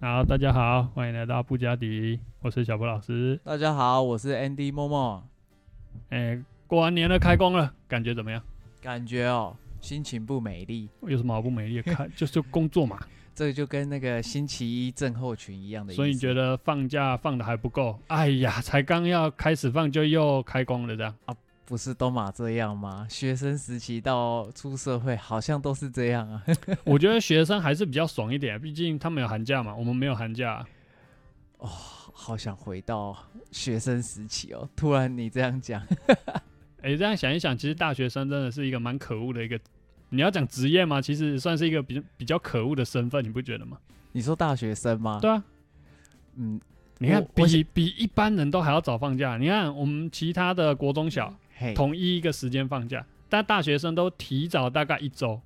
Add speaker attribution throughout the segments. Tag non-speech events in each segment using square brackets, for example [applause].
Speaker 1: 好，大家好，欢迎来到布加迪，我是小波老师。
Speaker 2: 大家好，我是 Andy 默默。
Speaker 1: 哎、过完年了，开工了，感觉怎么样？
Speaker 2: 感觉哦，心情不美丽，
Speaker 1: 有什么好不美丽的？开 [laughs] 就是工作嘛，
Speaker 2: 这就跟那个星期一症候群一样的意思。
Speaker 1: 所以你觉得
Speaker 2: 得
Speaker 1: 放假放的还不够？哎呀，才刚要开始放就又开工了，这样。 [laughs]
Speaker 2: 不是都嘛这样吗？学生时期到出社会，好像都是这样啊。 [laughs]
Speaker 1: 我觉得学生还是比较爽一点，毕竟他们有寒假嘛，我们没有寒假。
Speaker 2: 好想回到学生时期哦。突然你这样讲， [laughs]
Speaker 1: 哎、这样想一想，其实大学生真的是一个蛮可恶的一个。你要讲职业嘛，其实算是一个比较比较可恶的身份，你不觉得吗？
Speaker 2: 你说大学生吗？
Speaker 1: 对啊，
Speaker 2: 嗯，
Speaker 1: 你看
Speaker 2: 我，我
Speaker 1: 比比一般人都还要早放假。你看，我们其他的国中小
Speaker 2: 嘿，
Speaker 1: 统一一个时间放假，但大学生都提早大概一周，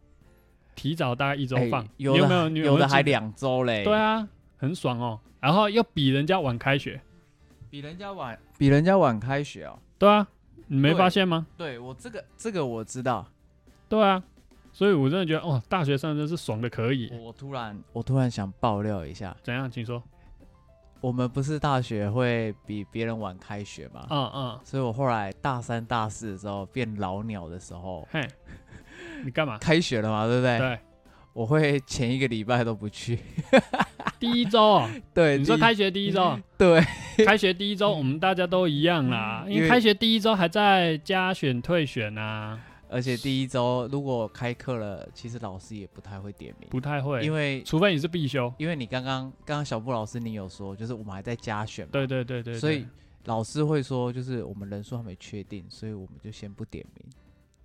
Speaker 1: 提早大概一周
Speaker 2: 哎
Speaker 1: 放。
Speaker 2: 有
Speaker 1: 你有
Speaker 2: 的
Speaker 1: 没有？
Speaker 2: 还
Speaker 1: 你
Speaker 2: 有
Speaker 1: 没
Speaker 2: 的
Speaker 1: 记
Speaker 2: 还两周嘞。
Speaker 1: 对啊，很爽哦。然后又比人家晚开学，
Speaker 2: 比人家晚，比人家晚开学哦。
Speaker 1: 对啊，你没
Speaker 2: 对
Speaker 1: 发现吗？
Speaker 2: 对我这个这个我知道，
Speaker 1: 对啊，所以我真的觉得，哦，大学生真是爽的可以。
Speaker 2: 我突然我突然想爆料一下，
Speaker 1: 怎样？请说。
Speaker 2: 我们不是大学会比别人晚开学吗？
Speaker 1: 嗯嗯，
Speaker 2: 所以我后来大三、大四的时候变老鸟的时候，
Speaker 1: 嘿，你干嘛？
Speaker 2: 开学了嘛， [laughs] 对不对？
Speaker 1: 对，
Speaker 2: 我会前一个礼拜都
Speaker 1: [laughs]
Speaker 2: 不去。
Speaker 1: 第一周
Speaker 2: [laughs]
Speaker 1: 哦，
Speaker 2: 对，
Speaker 1: 你说
Speaker 2: 哎第一
Speaker 1: 开学第一周哦，
Speaker 2: 对， [laughs]
Speaker 1: 开学第一周，我们大家都一样啦，因
Speaker 2: 嗯因
Speaker 1: 为
Speaker 2: 为
Speaker 1: 开学第一周还在加选退选啊，
Speaker 2: 而且第一周如果开课了，其实老师也不太会点名，
Speaker 1: 不太会，
Speaker 2: 因为
Speaker 1: 除非你是必修。
Speaker 2: 因为你刚刚刚刚小布老师你有说，就是我们还在加选嘛，
Speaker 1: 对对对对对
Speaker 2: 所以老师会说，就是我们人数还没确定，所以我们就先不点名。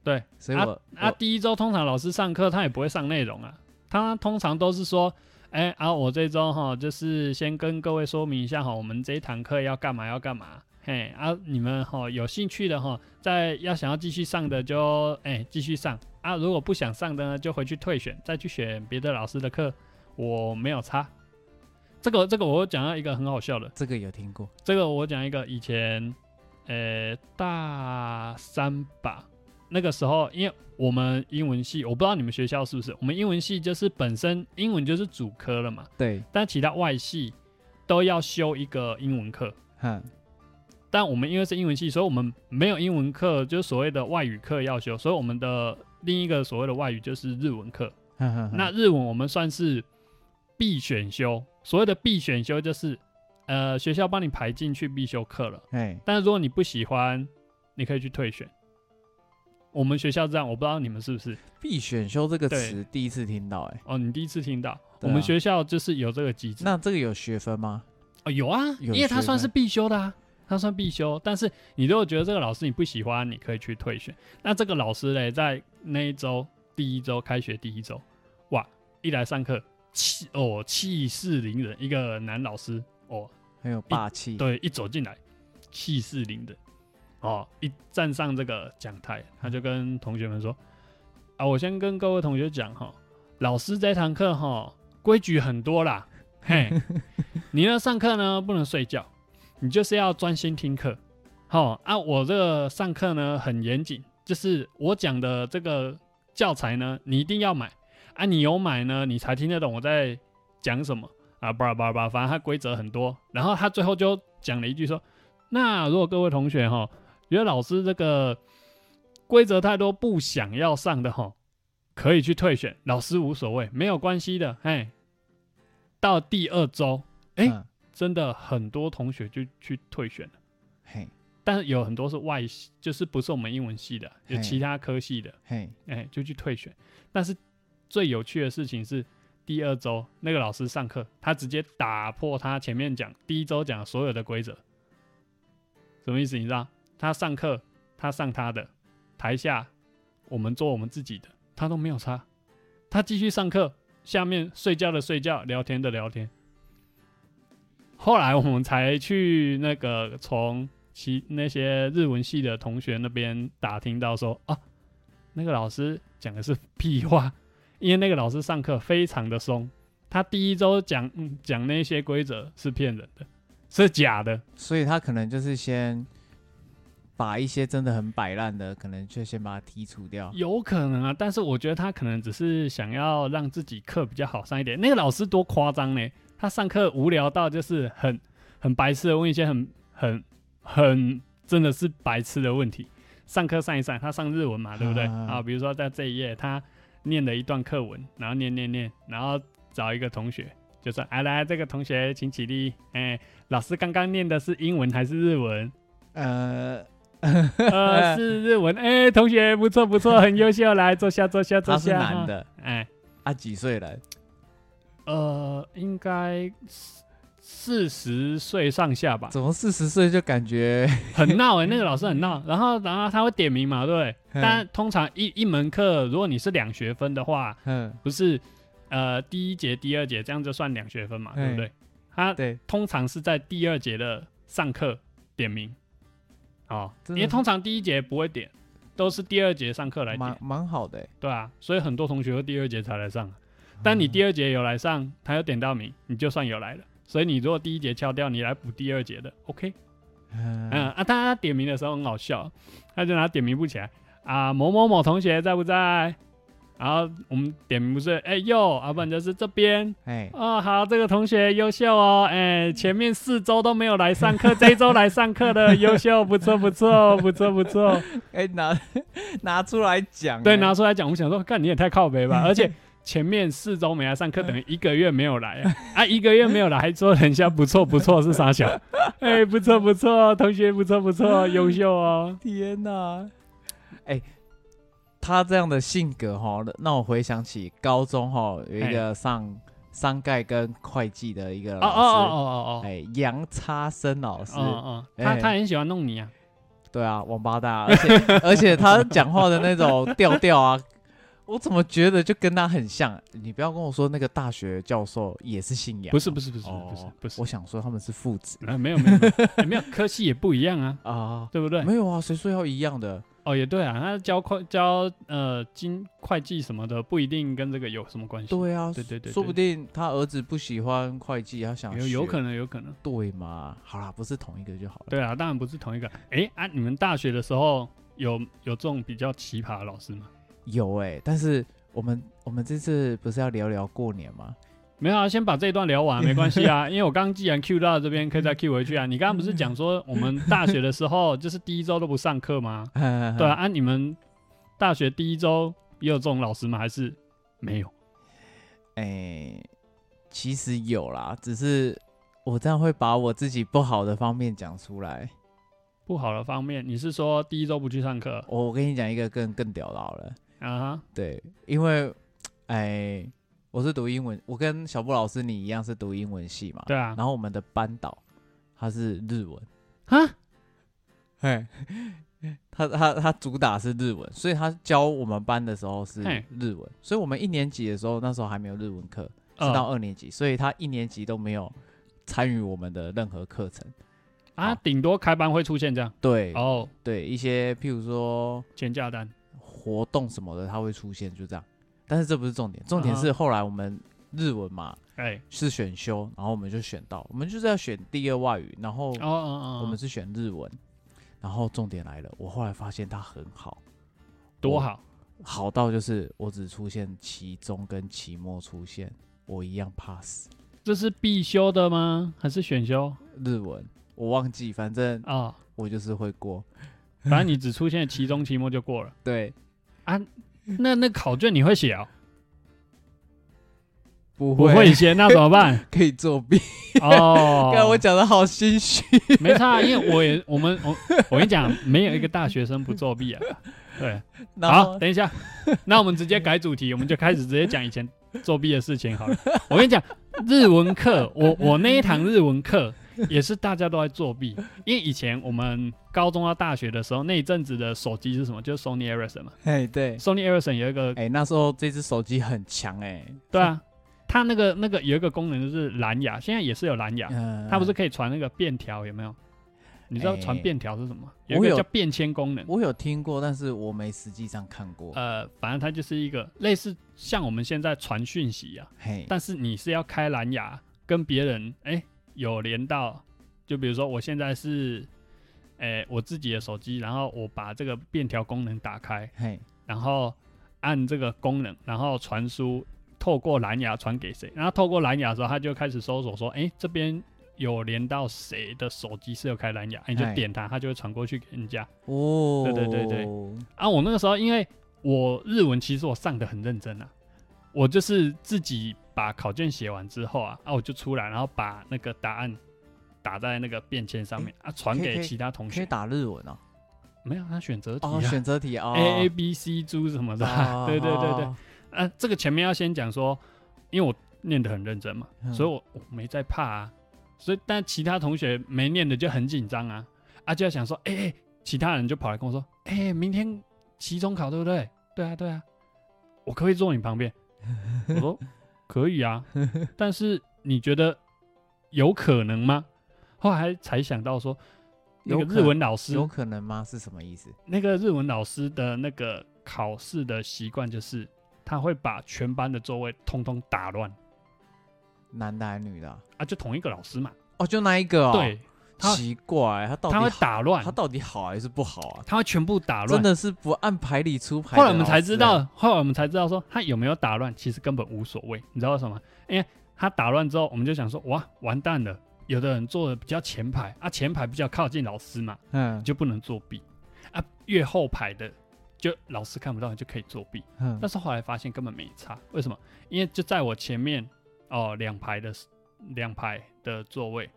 Speaker 1: 对，
Speaker 2: 所以我
Speaker 1: 啊，
Speaker 2: 我
Speaker 1: 第一周通常老师上课他也不会上内容啊，他通常都是说，哎、啊，我这周哈就是先跟各位说明一下哈，我们这一堂课要干嘛要干嘛，嘿啊，你们哈有兴趣的哈，再要想要继续上的就哎继、续上啊，如果不想上的呢就回去退选，再去选别的老师的课，我没有差。这个这个我讲到一个很好笑的，
Speaker 2: 这个有听过，
Speaker 1: 这个我讲一个以前，呃，大三吧，那个时候，因为我们英文系，我不知道你们学校是不是，我们英文系就是本身英文就是主科了嘛，
Speaker 2: 对，
Speaker 1: 但其他外系都要修一个英文课。
Speaker 2: 哼，
Speaker 1: 但我们因为是英文系，所以我们没有英文课，就是所谓的外语课要修，所以我们的另一个所谓的外语就是日文课。
Speaker 2: 哼嗯哼哼
Speaker 1: 那日文我们算是必选修，所谓的必选修就是，呃，学校帮你排进去必修课了。
Speaker 2: 哎，
Speaker 1: 但是如果你不喜欢，你可以去退选。我们学校这样，我不知道你们是不是
Speaker 2: 必选修这个
Speaker 1: 对
Speaker 2: 词第一次听到、哎，
Speaker 1: 哦？你第一次听到，我
Speaker 2: 对啊
Speaker 1: 们学校就是有这个机制。
Speaker 2: 那这个有学分吗？
Speaker 1: 哦，有啊，
Speaker 2: 有
Speaker 1: 因为它
Speaker 2: 学
Speaker 1: 算
Speaker 2: 分
Speaker 1: 是必修的啊，它算必修。但是你如果觉得这个老师你不喜欢，你可以去退选。那这个老师嘞，在那一周第一周开学第一周，哇，一来上课气哦气势凌人，一个男老师哦，
Speaker 2: 很有霸气，
Speaker 1: 对，一走进来，气势凌人。哦，一站上这个讲台，他就跟同学们说：“啊，我先跟各位同学讲哈，老师这堂课哈规矩很多啦，嘿，你呢上课呢不能睡觉，你就是要专心听课。好、啊，我这个上课呢很严谨，就是我讲的这个教材呢，你一定要买啊，你有买呢，你才听得懂我在讲什么啊，巴拉巴拉巴拉，反正它规则很多。然后他最后就讲了一句说：“那如果各位同学哈，觉得老师这个规则太多，不想要上的哈，可以去退选，老师无所谓，没有关系的。”哎，到第二周，哎
Speaker 2: 嗯
Speaker 1: 真的很多同学就去退选了，
Speaker 2: 嘿
Speaker 1: 但是有很多是外系，就是不是我们英文系的，有
Speaker 2: 嘿
Speaker 1: 其他科系的。
Speaker 2: 嘿，
Speaker 1: 哎、就去退选。但是最有趣的事情是，第二周那个老师上课，他直接打破他前面讲第一周讲的所有的规则。什么意思？你知道？他上课，他上他的，台下我们做我们自己的，他都没有差。他继续上课，下面睡觉的睡觉，聊天的聊天。后来我们才去那个从其那些日文系的同学那边打听到说啊，那个老师讲的是屁话， [laughs] 因为那个老师上课非常的松，他第一周讲嗯讲那些规则是骗人的，是假的，
Speaker 2: 所以他可能就是先把一些真的很摆烂的，可能就先把它剔除掉。
Speaker 1: 有可能啊，但是我觉得他可能只是想要让自己课比较好上一点。那个老师多夸张呢，他上课无聊到就是很很白痴的问一些很很很真的是白痴的问题。上课上一上，他上日文嘛，对不对？
Speaker 2: 啊
Speaker 1: 啊，比如说在这一页他念了一段课文，然后念念念，然后找一个同学就说：“哎、来，这个同学请起立。哎，老师刚刚念的是英文还是日文？
Speaker 2: 呃，
Speaker 1: 呃，是日文。哎、同学不错不错，很优秀，来坐下坐下坐
Speaker 2: 他是
Speaker 1: 下。哈
Speaker 2: 男。的，
Speaker 1: 哎、
Speaker 2: 他几岁了？
Speaker 1: 呃，应该四十岁上下吧，
Speaker 2: 怎么四十岁就感觉？
Speaker 1: 很闹
Speaker 2: [laughs]
Speaker 1: 哎、那个老师很闹。然后，然后他会点名嘛，对不对？ [laughs]
Speaker 2: 嗯 [laughs]
Speaker 1: 但通常一一门课，如果你是两学分的话，
Speaker 2: 嗯，
Speaker 1: 不是呃第一节、第二节这样就算两学分嘛，对不对？他
Speaker 2: 嗯对，
Speaker 1: 通常是在第二节的上课点名，哦，因
Speaker 2: 真的
Speaker 1: 为通常第一节不会点，都是第二节上课来点
Speaker 2: 蛮，蛮好的欸。
Speaker 1: 对啊，所以很多同学会第二节才来上。啊但
Speaker 2: 嗯
Speaker 1: 你第二节有来上，他有点到名，你就算有来了。所以你如果第一节敲掉，你来补第二节的，OK？
Speaker 2: 嗯
Speaker 1: 嗯啊，但他点名的时候很好笑，他就拿点名不起来啊，某某某同学在不在？然后我们点名不是，哎、哟，啊，不然就是这边
Speaker 2: 哎，
Speaker 1: 哦，好，这个同学优秀哦，哎、前面四周都没有来上课，这一周来上课的优秀，不错不错不错不错。
Speaker 2: 哎、拿 [laughs] 拿出来讲、
Speaker 1: 对，
Speaker 2: 哎
Speaker 1: 拿出来讲，我们想说，干你也太靠北 [laughs] 吧，而且前面四周没来上课，等于一个月没有 [laughs] 来啊，啊，一个月没有来，还说人家不错不错是啥小？ [laughs] 哎、不错不错，同学不错不错，优秀哦。
Speaker 2: 天哪、哎、他这样的性格哈，让我回想起高中哈有一个上商概跟会计的一个
Speaker 1: [laughs] 哦哦
Speaker 2: 老师，
Speaker 1: 哦哦哦
Speaker 2: 哎、杨叉生老师，
Speaker 1: 哦，哦哦，他
Speaker 2: 哎
Speaker 1: 他很喜欢弄你啊，
Speaker 2: 对啊，王八蛋啊，而
Speaker 1: [laughs]
Speaker 2: 且而且他讲话的那种调调啊。 [laughs] 我怎么觉得就跟他很像？啊你不要跟我说那个大学教授也是信仰，
Speaker 1: 不是不是不是
Speaker 2: 哦
Speaker 1: 不是不是
Speaker 2: 我，想说他们是父子
Speaker 1: 啊没有没有没有也没有，科系也不一样啊，
Speaker 2: 啊、
Speaker 1: 对不对？
Speaker 2: 没有啊，谁说要一样的？
Speaker 1: 哦也对啊，他教会教呃经会计什么的，不一定跟这个有什么关系，
Speaker 2: 对啊，
Speaker 1: 对对对
Speaker 2: 说不定他儿子不喜欢会计，他想
Speaker 1: 有有可
Speaker 2: 能
Speaker 1: 能有可能。
Speaker 2: 对嘛？好啦，不是同一个就好了。
Speaker 1: 对啊，当然不是同一个。诶，啊，你们大学的时候有有这种比较奇葩的老师吗？
Speaker 2: 有哎、但是我们我们这次不是要聊聊过年吗？ [laughs]
Speaker 1: 没有啊，先把这一段聊完，没关系啊。因为我刚刚既然 Q 到这边，可
Speaker 2: 嗯
Speaker 1: 以再 Q 回去啊。你刚刚不是讲说我们大学的时
Speaker 2: [laughs]
Speaker 1: 候嗯就是第一周都不上课吗？对
Speaker 2: 对
Speaker 1: 啊，，啊，你们大学第一周也有这种老师吗？还是没有？
Speaker 2: 哎、其实有啦，只是我这样会把我自己不好的方面讲出来。
Speaker 1: 不好的方面，你是说第一周不去上课
Speaker 2: 我我跟你讲一个更更屌的好了，
Speaker 1: 啊？
Speaker 2: 对，因为哎、我是读英文，我跟小布老师你一样是读英文系嘛，
Speaker 1: 对啊，
Speaker 2: 然后我们的班导他是日文，
Speaker 1: 啊，
Speaker 2: [laughs] 嘿，他他他主打是日文，所以他教我们班的时候是
Speaker 1: 嘿
Speaker 2: 日文，所以我们一年级的时候那时候还没有日文课，是
Speaker 1: 呃
Speaker 2: 到二年级，所以他一年级都没有参与我们的任何课程。
Speaker 1: 啊，顶多开班会出现这样
Speaker 2: 对、
Speaker 1: 哦，
Speaker 2: 对，一些譬如说
Speaker 1: 减价单
Speaker 2: 活动什么的，他会出现，就这样。但是这不是重点，重
Speaker 1: 嗯
Speaker 2: 点
Speaker 1: 哼
Speaker 2: 是后来我们日文嘛
Speaker 1: 哎，
Speaker 2: 是选修，然后我们就选到，我们就是要选第二外语，然后
Speaker 1: 哦哦
Speaker 2: 我
Speaker 1: 哦
Speaker 2: 们
Speaker 1: 哦，
Speaker 2: 是选日文。然后重点来了，我后来发现它很好，
Speaker 1: 多
Speaker 2: 我
Speaker 1: 好。
Speaker 2: 好到就是我只出现期中跟期末出现，我一样 pass
Speaker 1: 这是必修的吗？还是选修
Speaker 2: 日文，我忘记，反正
Speaker 1: 啊、
Speaker 2: 我就是会过。
Speaker 1: 反正你只出现期中、期末就过了。
Speaker 2: 对，嗯
Speaker 1: 那那考卷你会写哦？
Speaker 2: 不
Speaker 1: 不会写，那怎么
Speaker 2: [laughs]
Speaker 1: 办？
Speaker 2: 可以作弊。
Speaker 1: 哦
Speaker 2: 看、，我讲的好心虚。
Speaker 1: 没差，因为我也我们我我跟你讲，没有一个大学生不作
Speaker 2: [laughs]
Speaker 1: 弊啊。对，
Speaker 2: 然
Speaker 1: 好，
Speaker 2: 后
Speaker 1: 等一下，那我们直接改主题，我们就开始直接讲以前作弊的事情
Speaker 2: [laughs]
Speaker 1: 好了。我跟你讲，日文课，我我那一堂日文课也是大家都在作弊，因为以前我们高中到大学的时候，那一阵子的手机是什么？就是 Sony Ericsson 嘛。
Speaker 2: 哎对，
Speaker 1: Sony Ericsson 有一个
Speaker 2: 哎、那时候这只手机很强哎、
Speaker 1: [laughs] 对啊，它那个那个有一个功能就是蓝牙，现在也是有蓝牙，
Speaker 2: 嗯、
Speaker 1: 它不是可以传那个便条有没有？你知道
Speaker 2: 哎
Speaker 1: 传便条是什么吗？有
Speaker 2: 我
Speaker 1: 一个
Speaker 2: 有
Speaker 1: 叫便签功能。
Speaker 2: 我有听过，但是我没实际上看过。
Speaker 1: 呃，反正它就是一个类似像我们现在传讯息啊，
Speaker 2: 嘿，
Speaker 1: 但是你是要开蓝牙跟别人哎、有连到，就比如说我现在是哎、我自己的手机，然后我把这个便条功能打开，
Speaker 2: 嘿，
Speaker 1: 然后按这个功能，然后传输透过蓝牙传给谁，然后透过蓝牙的时候，他就开始搜索说，哎、这边有连到谁的手机是有开蓝牙，哎你就
Speaker 2: 哎
Speaker 1: 点它，它就会传过去给人家。
Speaker 2: 哦，
Speaker 1: 对对对对啊，我那个时候因为我日文其实我上的很认真啊，我就是自己把考卷写完之后啊，啊我就出来，然后把那个答案打在那个便签上面、啊，传
Speaker 2: 嗯可以
Speaker 1: 给
Speaker 2: 可以
Speaker 1: 其他同
Speaker 2: 可以
Speaker 1: 学。
Speaker 2: 打日文哦，
Speaker 1: 没有，他选择题啊、
Speaker 2: 哦，选择题哦
Speaker 1: A A B C 猪什么的啊、
Speaker 2: 哦
Speaker 1: [laughs] 对对对对。
Speaker 2: 哦
Speaker 1: 啊，这个前面要先讲说，因为我念得很认真嘛，
Speaker 2: 嗯
Speaker 1: 所以我我没在怕啊。所以但其他同学没念的就很紧张啊，啊就要想说，哎、哎其他人就跑来跟我说，哎、明天期中考对不对？对啊对啊，我可不可以坐你旁边。我说
Speaker 2: [laughs]
Speaker 1: 可以啊，但是你觉得有可能吗？后来才想到说，那个
Speaker 2: 有可
Speaker 1: 日文老师
Speaker 2: 有可能吗？是什么意思？
Speaker 1: 那个日文老师的那个考试的习惯就是，他会把全班的座位通通打乱
Speaker 2: 男的还是女的啊？
Speaker 1: 啊，就同一个老师嘛。
Speaker 2: 哦，就那一个哦。
Speaker 1: 对，他
Speaker 2: 奇怪，他到底
Speaker 1: 他会
Speaker 2: 好
Speaker 1: 打乱
Speaker 2: 他，到底好还是不好啊？
Speaker 1: 他会全部打
Speaker 2: 真
Speaker 1: 乱。
Speaker 2: 的是不按牌理出牌的
Speaker 1: 后
Speaker 2: 老
Speaker 1: 来
Speaker 2: 师欸。
Speaker 1: 我们才知道，后来我们才知道说他有没有打乱，其实根本无所谓。你知道为什么吗？因为他打乱之后，我们就想说，哇，完蛋了。有的人坐的比较前排啊，前排比较靠近老师嘛，
Speaker 2: 嗯，
Speaker 1: 你就不能作弊啊。越后排的，就老师看不到，你就可以作弊。
Speaker 2: 嗯，
Speaker 1: 但是后来发现根本没差，为什么？因为就在我前面哦，两排的两排的座位，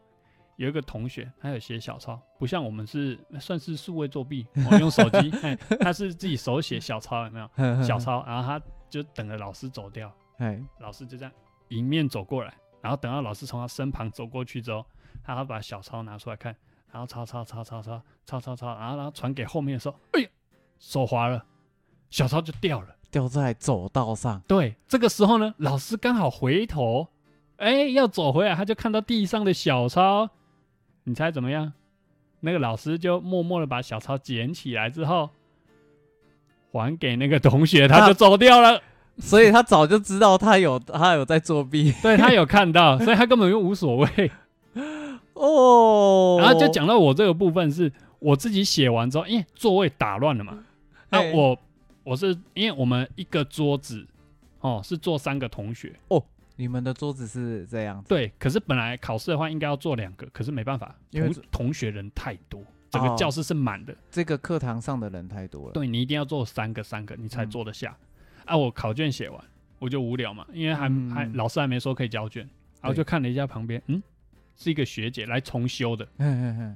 Speaker 1: 有一个同学他有写小抄，不像我们是算是数位作弊，我、用手机、嘿他是自己手写小抄，有没有？
Speaker 2: 但
Speaker 1: 小，抄，然后他就等着老师走掉，
Speaker 2: 哎，
Speaker 1: 老师就这样迎面走过来，然后等到老师从他身旁走过去之后，他要把小抄拿出来看，然后抄抄抄抄抄抄抄抄，然后然后传给后面的时候，哎呀，手滑了，小抄就掉了。
Speaker 2: 掉在走道上，
Speaker 1: 对，这个时候呢，老师刚好回头，哎，要走回来，他就看到地上的小抄，你猜怎么样？那个老师就默默的把小抄捡起来之后，还给那个同学，他就走掉了。[laughs]
Speaker 2: 所以他早就知道他有他有在作弊
Speaker 1: 对他有看到，所以他根本就无所谓。
Speaker 2: 哦。
Speaker 1: 然后就，讲到我这个部分是我自己写完之后，因为座位打乱了嘛，那、
Speaker 2: 嘿
Speaker 1: 我我是因为我们一个桌子哦是坐三个同学，
Speaker 2: 你们的桌子是这样子，
Speaker 1: 对，可是本来考试的话应该要做两个，可是没办法，
Speaker 2: 因为
Speaker 1: 同同学人太多，整个
Speaker 2: 哦
Speaker 1: 教室是满的，
Speaker 2: 这个课堂上的人太多了。
Speaker 1: 对你一定要做三个三个，你才
Speaker 2: 嗯
Speaker 1: 做得下。啊，我考卷写完我就无聊嘛，因为还、
Speaker 2: 嗯
Speaker 1: 还老师还没说可以交卷，然后
Speaker 2: 对
Speaker 1: 就看了一下旁边，嗯，是一个学姐来重修的，
Speaker 2: 嘿，嘿嘿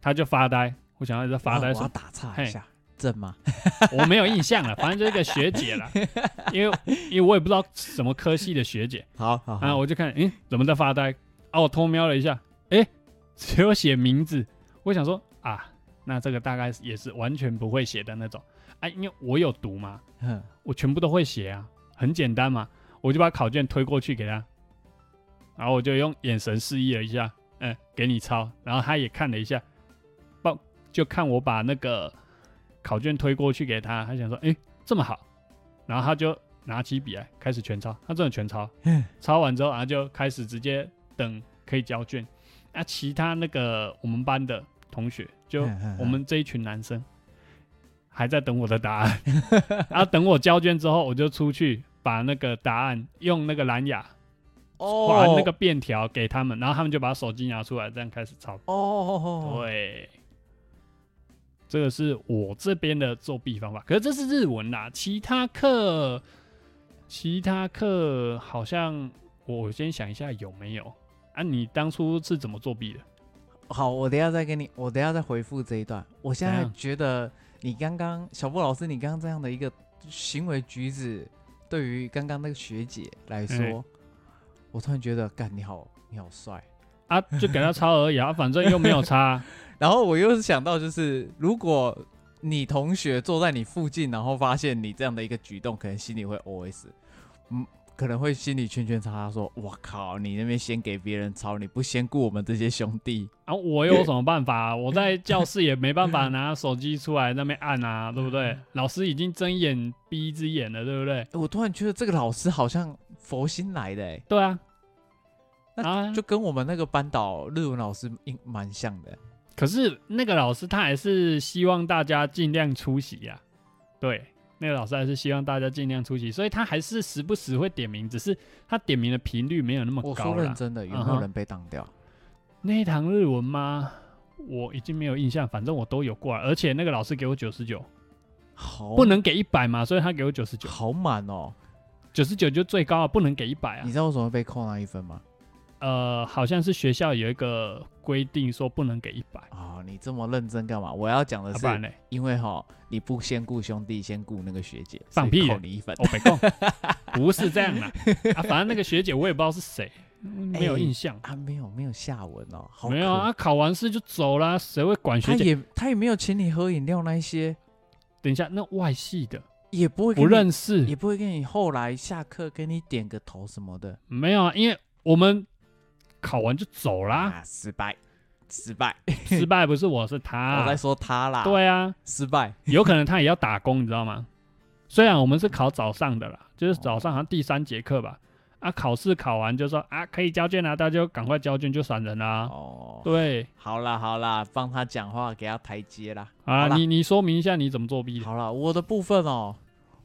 Speaker 1: 她就发呆，我想要在发呆
Speaker 2: 我
Speaker 1: 什
Speaker 2: 嗯我要
Speaker 1: 么，
Speaker 2: 打岔一下，正吗？
Speaker 1: 我没有印象了，反正就是一个学姐
Speaker 2: [laughs]
Speaker 1: 啦，因为因为我也不知道什么科系的学姐，
Speaker 2: 好好，
Speaker 1: 啊，
Speaker 2: 好
Speaker 1: 我就看，诶，怎么在发呆？啊，我偷瞄了一下，诶， [laughs] 只有写名字。我想说啊，那这个大概也是完全不会写的那种。哎、因为我有读嘛，
Speaker 2: 嗯
Speaker 1: 我全部都会写啊，很简单嘛。我就把考卷推过去给他，然后我就用眼神示意了一下，嗯，给你抄。然后他也看了一下，报就看我把那个考卷推过去给他，他想说，诶，这么好，然后他就拿起笔来开始全抄，他真的全抄。
Speaker 2: 嗯
Speaker 1: 抄完之后，然后就开始直接等可以交卷。那、其他那个我们班的同学，就
Speaker 2: 嗯嗯
Speaker 1: 我们这一群男生，还在等我的答案。 [laughs] 然后等我交卷之后，我就出去把那个答案用那个蓝牙
Speaker 2: 哦
Speaker 1: 传那个便条给他们，然后他们就把手机拿出来，这样开始抄。
Speaker 2: 哦，
Speaker 1: 对，这个是我这边的作弊方法。可是这是日文啦，其他课，其他课好像我先想一下有没有啊？你当初是怎么作弊的？
Speaker 2: 好，我等一下再给你，我等一下再回复这一段。我现
Speaker 1: 怎
Speaker 2: 在
Speaker 1: 样
Speaker 2: 觉得你刚刚小布老师，你刚刚这样的一个行为举止，对于刚刚那个学姐来说，
Speaker 1: 哎
Speaker 2: 我突然觉得，干你好，你好帅。
Speaker 1: 啊，就给他抄而已啊，反正又没有差。
Speaker 2: 然后我又是想到，就是如果你同学坐在你附近，然后发现你这样的一个举动，可能心里会 OS，嗯，可能会心里圈圈叉叉说：“我靠，你那边先给别人抄，你不先顾我们这些兄弟
Speaker 1: 啊，我有什么办法、我在教室也没办法拿手机出来那边按
Speaker 2: [laughs]
Speaker 1: 啊，对不对？老师已经睁眼闭一只眼了，对不对？？”
Speaker 2: 诶哎我突然觉得这个老师好像佛心来的、欸诶
Speaker 1: 对啊，
Speaker 2: 那
Speaker 1: 啊，
Speaker 2: 就跟我们那个班导日文老师应蛮像的。
Speaker 1: 啊可是那个老师他还是希望大家尽量出席呀、对，那个老师还是希望大家尽量出席，所以他还是时不时会点名，只是他点名的频率没有那么
Speaker 2: 我
Speaker 1: 高
Speaker 2: 说认
Speaker 1: 了。
Speaker 2: 真的，
Speaker 1: 嗯
Speaker 2: 有没有
Speaker 1: 哼
Speaker 2: 人被当掉？
Speaker 1: 那一堂日文吗？我已经没有印象，反正我都有过来，而且那个老师给我九十九，
Speaker 2: 哦好，
Speaker 1: 不能给一百嘛，所以他给我九十九，
Speaker 2: 好满哦。
Speaker 1: 九十九就最高啊，不能给一百啊
Speaker 2: 你。知道为什么会被扣那一分吗？
Speaker 1: 呃，好像是学校有一个规定说不能给一百、
Speaker 2: 啊，你这么认真干嘛？我要讲的
Speaker 1: 啊，不然
Speaker 2: 呃是，
Speaker 1: 嘞，
Speaker 2: 因为哈，你不先顾兄弟，先顾那个学姐，
Speaker 1: 放
Speaker 2: 所以
Speaker 1: 屁哦嘞
Speaker 2: 扣你一分。
Speaker 1: 我没空， [laughs] 不是这样啦。啊，反正那个学姐我也不知道是
Speaker 2: [laughs]
Speaker 1: 谁，没有
Speaker 2: 哎
Speaker 1: 印象。
Speaker 2: 啊，没有没有下文哦，好
Speaker 1: 没有
Speaker 2: 可
Speaker 1: 啊，考完试就走啦，谁会管
Speaker 2: 他
Speaker 1: 学姐？
Speaker 2: 也他也没有请你喝饮料那一些，
Speaker 1: 等一下，那外系的
Speaker 2: 也不会跟
Speaker 1: 不
Speaker 2: 你，
Speaker 1: 认识，
Speaker 2: 也不会跟你后来下课跟你点个头什么的
Speaker 1: 没有啊，因为我们考完就走啦，
Speaker 2: 啊，失败，失败，
Speaker 1: 失败不是我是他，
Speaker 2: [laughs] 我在说他啦，，
Speaker 1: 啊对啊，
Speaker 2: 失败， [laughs]
Speaker 1: 有可能他也要打工，你知道吗？虽然我们是考早上的啦，就是
Speaker 2: 哦
Speaker 1: 早上好像第三节课吧，啊，考试考完就说啊可以交卷啦、大家就赶快交卷就闪人啦、
Speaker 2: 哦，
Speaker 1: 对，
Speaker 2: 好啦好啦，帮他讲话，给他台阶啦，好
Speaker 1: 啊，
Speaker 2: 啦
Speaker 1: 你你说明一下你怎么作弊的？
Speaker 2: 好啦，我的部分哦，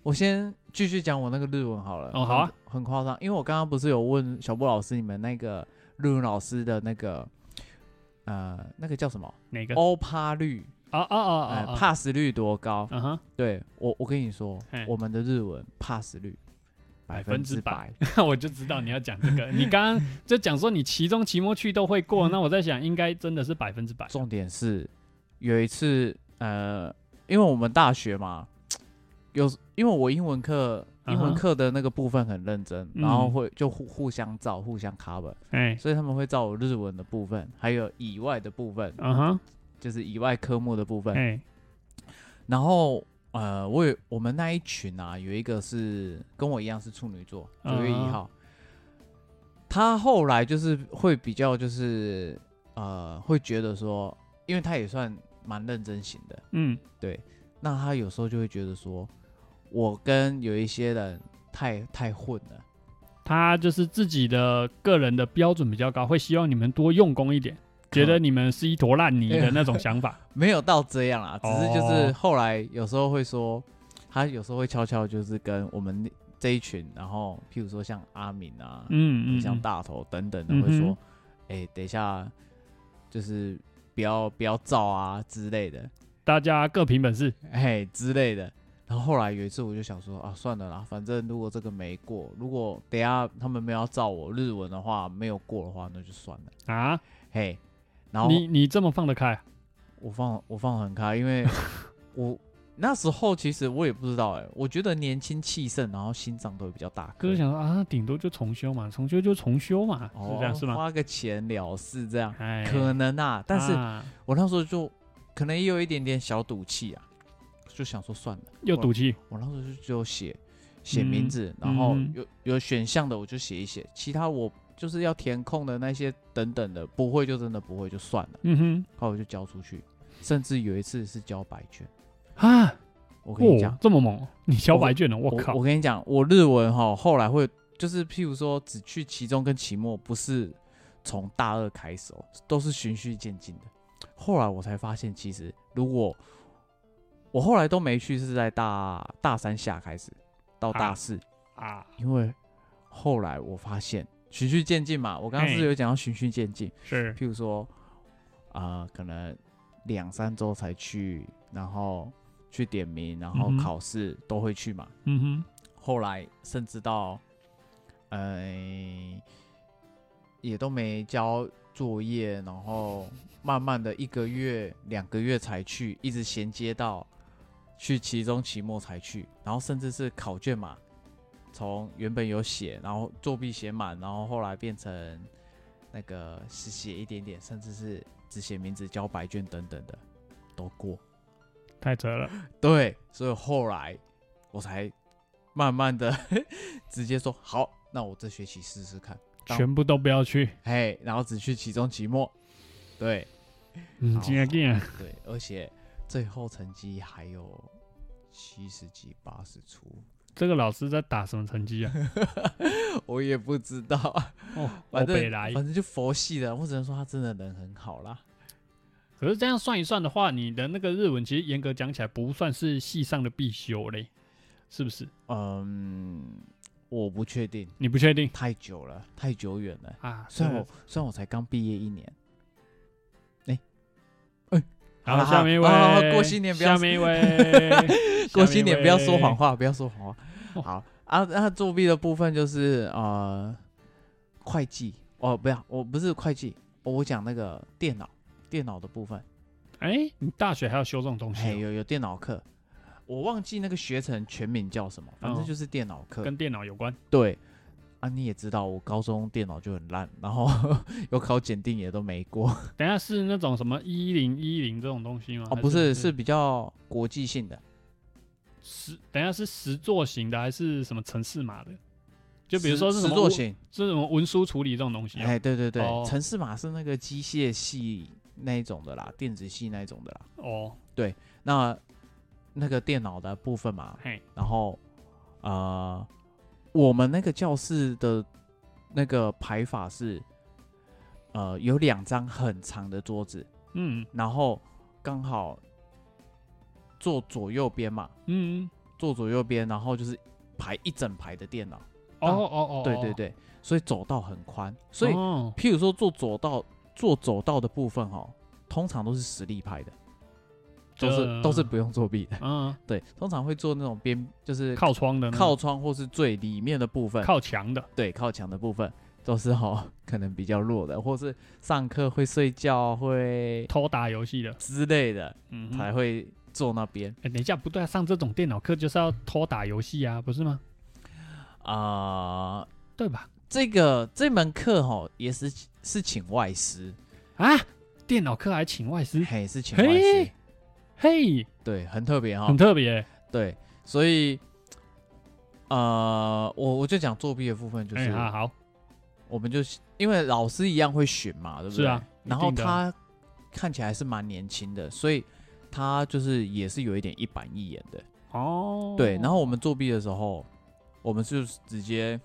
Speaker 2: 我先继续讲我那个日文好了，
Speaker 1: 哦好啊
Speaker 2: 很，很夸张，因为我刚刚不是有问小布老师你们那个日文老师的那个。呃，那个叫什么？
Speaker 1: 哪个？哦
Speaker 2: 欧趴率，
Speaker 1: 哦哦哦，
Speaker 2: 呃
Speaker 1: 哦，
Speaker 2: ，pass 率多高？
Speaker 1: 嗯哼，
Speaker 2: 对我，我跟你说
Speaker 1: 嘿，
Speaker 2: 我们的日文 pass 率百
Speaker 1: 百
Speaker 2: 分
Speaker 1: 分
Speaker 2: 之
Speaker 1: 之
Speaker 2: 百
Speaker 1: 百， [laughs] 我就知道你要讲这个。你刚
Speaker 2: [laughs]
Speaker 1: 刚就讲说你期中、期末去都会
Speaker 2: 嗯
Speaker 1: 过，那我在想应该真的是百分之百。
Speaker 2: 重点是有一次，呃，因为我们大学嘛，有因为我英文课英
Speaker 1: 嗯
Speaker 2: 文
Speaker 1: 哼
Speaker 2: 课的那个部分很认真，
Speaker 1: 嗯
Speaker 2: 然后会就互互相照、互相 cover，
Speaker 1: 哎，
Speaker 2: 所以他们会照我日文的部分，还有以外的部分，
Speaker 1: 嗯哼，
Speaker 2: 就是以外科目的部分。
Speaker 1: 哎，
Speaker 2: 然后呃，我有我们那一群啊，有一个是跟我一样是处女座，九
Speaker 1: 嗯
Speaker 2: 月一号。他后来就是会比较就是呃，会觉得说，因为呃他也算蛮认真型的，
Speaker 1: 嗯，
Speaker 2: 那他有时候就会觉得说，我跟有一些人太太混了。
Speaker 1: 他就是自己的个人的标准比较高，会希望你们多用功一点，觉得你们是一坨烂泥的那种想
Speaker 2: [laughs]
Speaker 1: 法。
Speaker 2: 没有到这样啦，只是就是
Speaker 1: 哦
Speaker 2: 后来有时候会说，他有时候会悄悄就是跟我们这一群，然后譬如说像阿敏啊，
Speaker 1: 嗯嗯
Speaker 2: 像
Speaker 1: 嗯，
Speaker 2: 大头等等的
Speaker 1: 嗯哼
Speaker 2: 会说，哎、等一下，就是不要不要照啊之类的，
Speaker 1: 大家各凭本事。
Speaker 2: 哎之类的。然后后来有一次我就想说啊，算了啦，反正如果这个没过，如果等一下他们没有要照我日文的话，没有过的话，那就算了，
Speaker 1: 啊，
Speaker 2: 嘿。然后
Speaker 1: 你你这么放得开啊？
Speaker 2: 我放我放很开，
Speaker 1: [laughs]
Speaker 2: 因为我那时候其实我也不知道哎、我觉得年轻气盛，然后心脏都会比较大颗
Speaker 1: 哥，想说啊，顶多就重修嘛，重修就重修嘛，是
Speaker 2: 哦
Speaker 1: 这样是吗？
Speaker 2: 花个钱了事这样，
Speaker 1: 哎，
Speaker 2: 可能啊，但是
Speaker 1: 啊
Speaker 2: 我那时候就可能也有一点点小赌气啊，就想说算了，
Speaker 1: 又赌气，
Speaker 2: 我那时候就只有写写名字，然后
Speaker 1: 嗯
Speaker 2: 有有选项的我就写一写，其他我就是要填空的那些等等的，不会就真的不会就算了，
Speaker 1: 嗯
Speaker 2: 后来我就交出去，甚至有一次是交白卷，
Speaker 1: 哼，啊，
Speaker 2: 我跟你讲
Speaker 1: 哇，。这么猛哦，你小白卷了，我
Speaker 2: 我
Speaker 1: 靠
Speaker 2: 我，跟你讲，我日文哈后来会就是，譬如说只去期中跟期末，不是从大二开始哦，都是循序渐进的。后来我才发现，其实如果我后来都没去，是在大大三下开始到大
Speaker 1: 啊
Speaker 2: 四，
Speaker 1: 啊，
Speaker 2: 因为后来我发现循序渐进嘛，我刚刚是
Speaker 1: 嘿
Speaker 2: 有讲到循序渐进，
Speaker 1: 是
Speaker 2: 譬如说啊、呃可能两三周才去，然后去点名，然后
Speaker 1: 嗯哼
Speaker 2: 考试都会去嘛。
Speaker 1: 嗯
Speaker 2: 后来甚至到，呃，也都没交作业，然后慢慢的一个月、两个月才去，一直衔接到去期中、期末才去，然后甚至是考卷嘛，从原本有写，然后作弊写满，然后后来变成那个是写一点点，甚至是只写名字、交白卷等等的都过。
Speaker 1: 哼，太扯了，
Speaker 2: 对，所以后来我才慢慢的 [laughs] 直接说好，那我这学期试试看，当
Speaker 1: 全部都不要去。
Speaker 2: 嘿，然后只去期中、期末，对
Speaker 1: 嗯
Speaker 2: 好，
Speaker 1: 今天见。
Speaker 2: 对，而且最后成绩还有七十几、八十出， [laughs]
Speaker 1: 这个老师在打什么成绩啊？
Speaker 2: 我也不知道，
Speaker 1: 哦，我
Speaker 2: 反
Speaker 1: 北
Speaker 2: 正
Speaker 1: 来
Speaker 2: 反。正就佛系的，我只能说他真的人很好啦。
Speaker 1: 可是这样算一算的话，你的那个日文其实严格讲起来不算是系上的必修嘞。是不是？
Speaker 2: 嗯，我不确定，
Speaker 1: 你不确定
Speaker 2: 太久了，太久远了。
Speaker 1: 啊？
Speaker 2: 虽然
Speaker 1: 对
Speaker 2: 我虽然我才刚毕业一年，
Speaker 1: 好
Speaker 2: 好
Speaker 1: 了，
Speaker 2: 啦
Speaker 1: 下面一位，
Speaker 2: 好好过新年不要，
Speaker 1: 下面一位
Speaker 2: [laughs] 过新年不要说谎
Speaker 1: 话。
Speaker 2: 话，不要说谎话。
Speaker 1: [laughs]
Speaker 2: 好啊，那作弊的部分就是呃，会计哦，不要，我不是会计，我讲那个电脑，电脑的部分，
Speaker 1: 哎，你大学还要修这种东
Speaker 2: 嘿，
Speaker 1: 西哦，
Speaker 2: 有有电脑课，我忘记那个学程全名叫什么，反正
Speaker 1: 哦
Speaker 2: 就是电脑课。
Speaker 1: 跟电脑有关。
Speaker 2: 对啊，你也知道我高中电脑就很烂，然后 [laughs] 有考检定也都没过啊、
Speaker 1: 等一下是那种什么一零一零这种东西哦吗？还
Speaker 2: 哦不是，是
Speaker 1: 是
Speaker 2: 比较国际性的，
Speaker 1: 实，等一下是实作型的还是什么城市码的？就比如说是什
Speaker 2: 实
Speaker 1: 么
Speaker 2: 作
Speaker 1: 文，
Speaker 2: 型，
Speaker 1: 是什么文书处理这种东西哦。
Speaker 2: 哎，对对对，
Speaker 1: 哦
Speaker 2: 城市码是那个机械系那一种的啦，电子系那一种的啦。
Speaker 1: 哦，
Speaker 2: 那那个电脑的部分嘛，
Speaker 1: 嘿，
Speaker 2: 然后呃，我们那个教室的那个排法是，呃，有两张很长的桌子，
Speaker 1: 嗯
Speaker 2: 然后刚好坐左右边嘛，
Speaker 1: 嗯，
Speaker 2: 坐左右边，然后就是排一整排的电脑，
Speaker 1: 哦
Speaker 2: 啊
Speaker 1: 哦哦，
Speaker 2: 对对
Speaker 1: 对，
Speaker 2: 对，所以走道很宽，所以
Speaker 1: 哦
Speaker 2: 譬如说坐走道坐走道的部分哦，通常都是实力派的，都是都是不用作 [laughs] 弊的。
Speaker 1: 呃嗯，
Speaker 2: 对，通常会做那种边就是
Speaker 1: 靠窗的那
Speaker 2: 靠
Speaker 1: 种，
Speaker 2: 窗或是最里面的部分，
Speaker 1: 靠墙的，
Speaker 2: 对靠墙的部分都是哦， [laughs] 可能比较弱的，或是上课会睡觉会
Speaker 1: 偷打游戏的，
Speaker 2: 之类的
Speaker 1: 嗯哼，
Speaker 2: 才会坐那边
Speaker 1: 哎，等一下，不对啊，上这种电脑课就是要偷打游戏啊，不是吗？嗯
Speaker 2: 啊、
Speaker 1: 对吧？
Speaker 2: 这个这门课哦，也是是请外师，
Speaker 1: 啊，电脑课还请外师，
Speaker 2: 嘿，是请外师
Speaker 1: 嗯嘿，嘿，
Speaker 2: 对，很特别哈、
Speaker 1: 很特别欸。
Speaker 2: 对，所以呃，我我就讲作弊的部分，就是、
Speaker 1: 哎啊，好，
Speaker 2: 我们就因为老师一样会选嘛，对不对？
Speaker 1: 是啊
Speaker 2: 然后
Speaker 1: 一定的
Speaker 2: 他看起来是蛮年轻的，所以他就是也是有一点一板一眼的。
Speaker 1: 哦，
Speaker 2: 对，然后我们作弊的时候，我们是直接，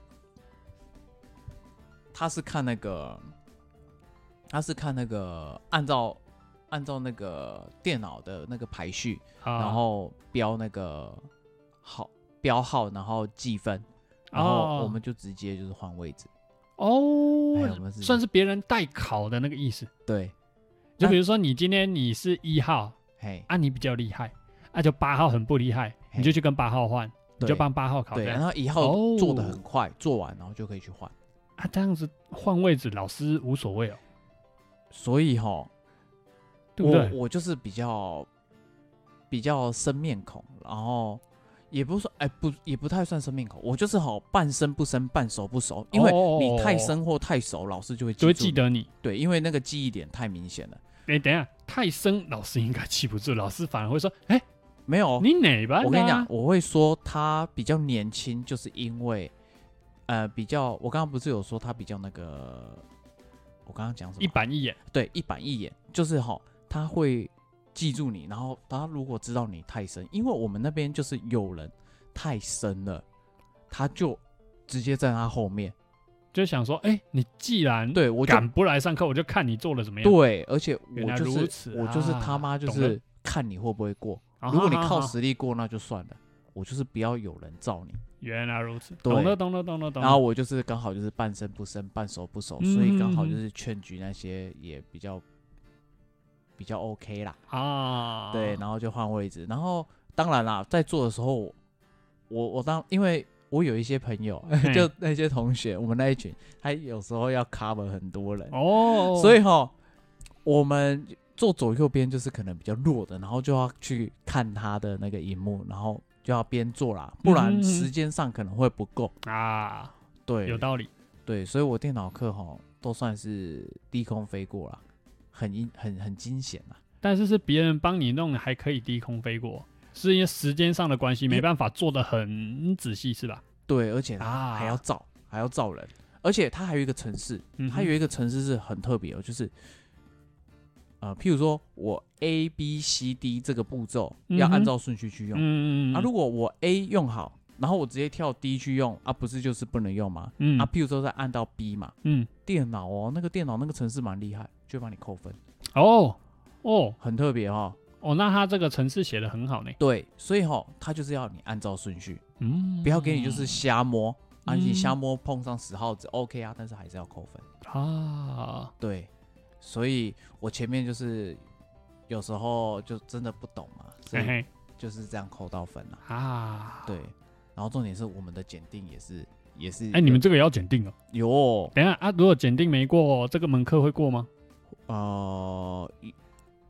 Speaker 2: 他是看那个，他是看那个按照按照那个电脑的那个排序，
Speaker 1: 啊
Speaker 2: 然后标那个号标号，然后计分，然
Speaker 1: 哦
Speaker 2: 后我们就直接就是换位置。哎我
Speaker 1: 哦
Speaker 2: 们，是
Speaker 1: 算是别人代考的那个意思。
Speaker 2: 对，
Speaker 1: 就
Speaker 2: 那
Speaker 1: 比如说你今天你是一号
Speaker 2: 嘿，
Speaker 1: 啊，你比较厉害，啊就八号很不厉害，
Speaker 2: 嘿
Speaker 1: 你就去跟八号换，你
Speaker 2: 对
Speaker 1: 就帮八号考这
Speaker 2: 对，然
Speaker 1: 样
Speaker 2: 后以后
Speaker 1: 哦
Speaker 2: 做的很快，做完然后就可以去换。
Speaker 1: 啊，这样子换位置老师无所谓哦，
Speaker 2: 所以哈，
Speaker 1: 对不对？
Speaker 2: 我我就是比较比较生面孔，然后也不是说哎、不也不太算生面孔，我就是好半生不生，半熟不熟，因为
Speaker 1: 哦哦哦
Speaker 2: 你太生或太熟，老师就会
Speaker 1: 就会
Speaker 2: 住
Speaker 1: 记
Speaker 2: 你。
Speaker 1: 得你。
Speaker 2: 对，因为那个记忆点太明显了。
Speaker 1: 哎、等一下，太生老师应该记不住，老师反而会说，哎、
Speaker 2: 没有，哦
Speaker 1: 你哪班、啊？
Speaker 2: 我跟你讲，，我会说他比较年轻，就是因为呃比较，我刚刚不是有说他比较那个，我刚刚讲什么？
Speaker 1: 一板一眼
Speaker 2: 对，一板一眼，就是哈、他会记住你，然后他如果知道你太深，因为我们那边就是有人太深了，他就直接在他后面，
Speaker 1: 就想说，哎、你既然
Speaker 2: 对我就
Speaker 1: 敢不来上课，我就看你做的怎么样。
Speaker 2: 对，而且
Speaker 1: 原
Speaker 2: 我
Speaker 1: 来
Speaker 2: 就
Speaker 1: 如
Speaker 2: 是、
Speaker 1: 此
Speaker 2: 我就是他
Speaker 1: 啊
Speaker 2: 妈就
Speaker 1: 懂了
Speaker 2: 是看你会不会过，
Speaker 1: 啊，
Speaker 2: 如果你
Speaker 1: 好
Speaker 2: 靠
Speaker 1: 好好
Speaker 2: 实力过那就算了，我就是不要有人罩你，
Speaker 1: 原来如此，
Speaker 2: 对
Speaker 1: 懂了，懂了，懂了，懂嗯了。
Speaker 2: 然后我就是刚好就是半生不生，半熟不熟，所以刚好就是劝局那些也比较比较 OK 啦。
Speaker 1: 啊，
Speaker 2: 对，然后就换位置。然后当然啦，在做的时候，我我当因为我有一些朋友，
Speaker 1: 嘿
Speaker 2: [laughs] 就那些同学，我们那一群，他有时候要 cover 很多人，
Speaker 1: 哦，
Speaker 2: 所
Speaker 1: 以
Speaker 2: 以哈，我们坐左右边就是可能比较弱的，然后就要去看他的那个荧幕，然后就要边做啦，不
Speaker 1: 嗯
Speaker 2: 然
Speaker 1: 哼
Speaker 2: 时间上可能会不够。
Speaker 1: 啊，有
Speaker 2: 对
Speaker 1: 道理。
Speaker 2: 对，所以我电脑课哈都算是低空飞过啦，很阴很很惊险啊。
Speaker 1: 但是是别人帮你弄，还可以低空飞过，是因为时间上的关系，没办法做的很仔细，是吧？
Speaker 2: 对，而且
Speaker 1: 啊，
Speaker 2: 还要造，还要造人，而且它还有一个城市，
Speaker 1: 嗯哼，
Speaker 2: 它有一个城市是很特别哦，就是，呃，譬如说我 A B C D 这个步骤要
Speaker 1: 嗯
Speaker 2: 按
Speaker 1: 哼
Speaker 2: 照顺序去
Speaker 1: 嗯
Speaker 2: 用、
Speaker 1: 嗯嗯
Speaker 2: 啊，如果我 A 用好，然后我直接跳 D 去用啊，不是就是不能用吗？
Speaker 1: 嗯
Speaker 2: 啊，譬如说再按到 B 嘛，
Speaker 1: 嗯
Speaker 2: 电脑哦，那个电脑那个城市蛮厉害，就会帮你扣分，
Speaker 1: 哦哦
Speaker 2: 很特别
Speaker 1: 哦
Speaker 2: 哦。
Speaker 1: 哦，那他这个程式写的很好呢。
Speaker 2: 对，所以吼，他就是要你按照顺序，
Speaker 1: 嗯，
Speaker 2: 不要给你就是瞎摸、啊，
Speaker 1: 嗯
Speaker 2: 你瞎摸碰上十号子 OK 啊，但是还是要扣分。
Speaker 1: 啊，
Speaker 2: 对，所以我前面就是有时候就真的不懂嘛，所
Speaker 1: 嘿
Speaker 2: 以
Speaker 1: 嘿
Speaker 2: 就是这样扣到分啦、
Speaker 1: 啊，
Speaker 2: 对，然后重点是我们的检定也是也是有，
Speaker 1: 哎，你们这个也要检定哦。
Speaker 2: 有
Speaker 1: 等一下啊，如果检定没过，这个门课会过吗？
Speaker 2: 呃，因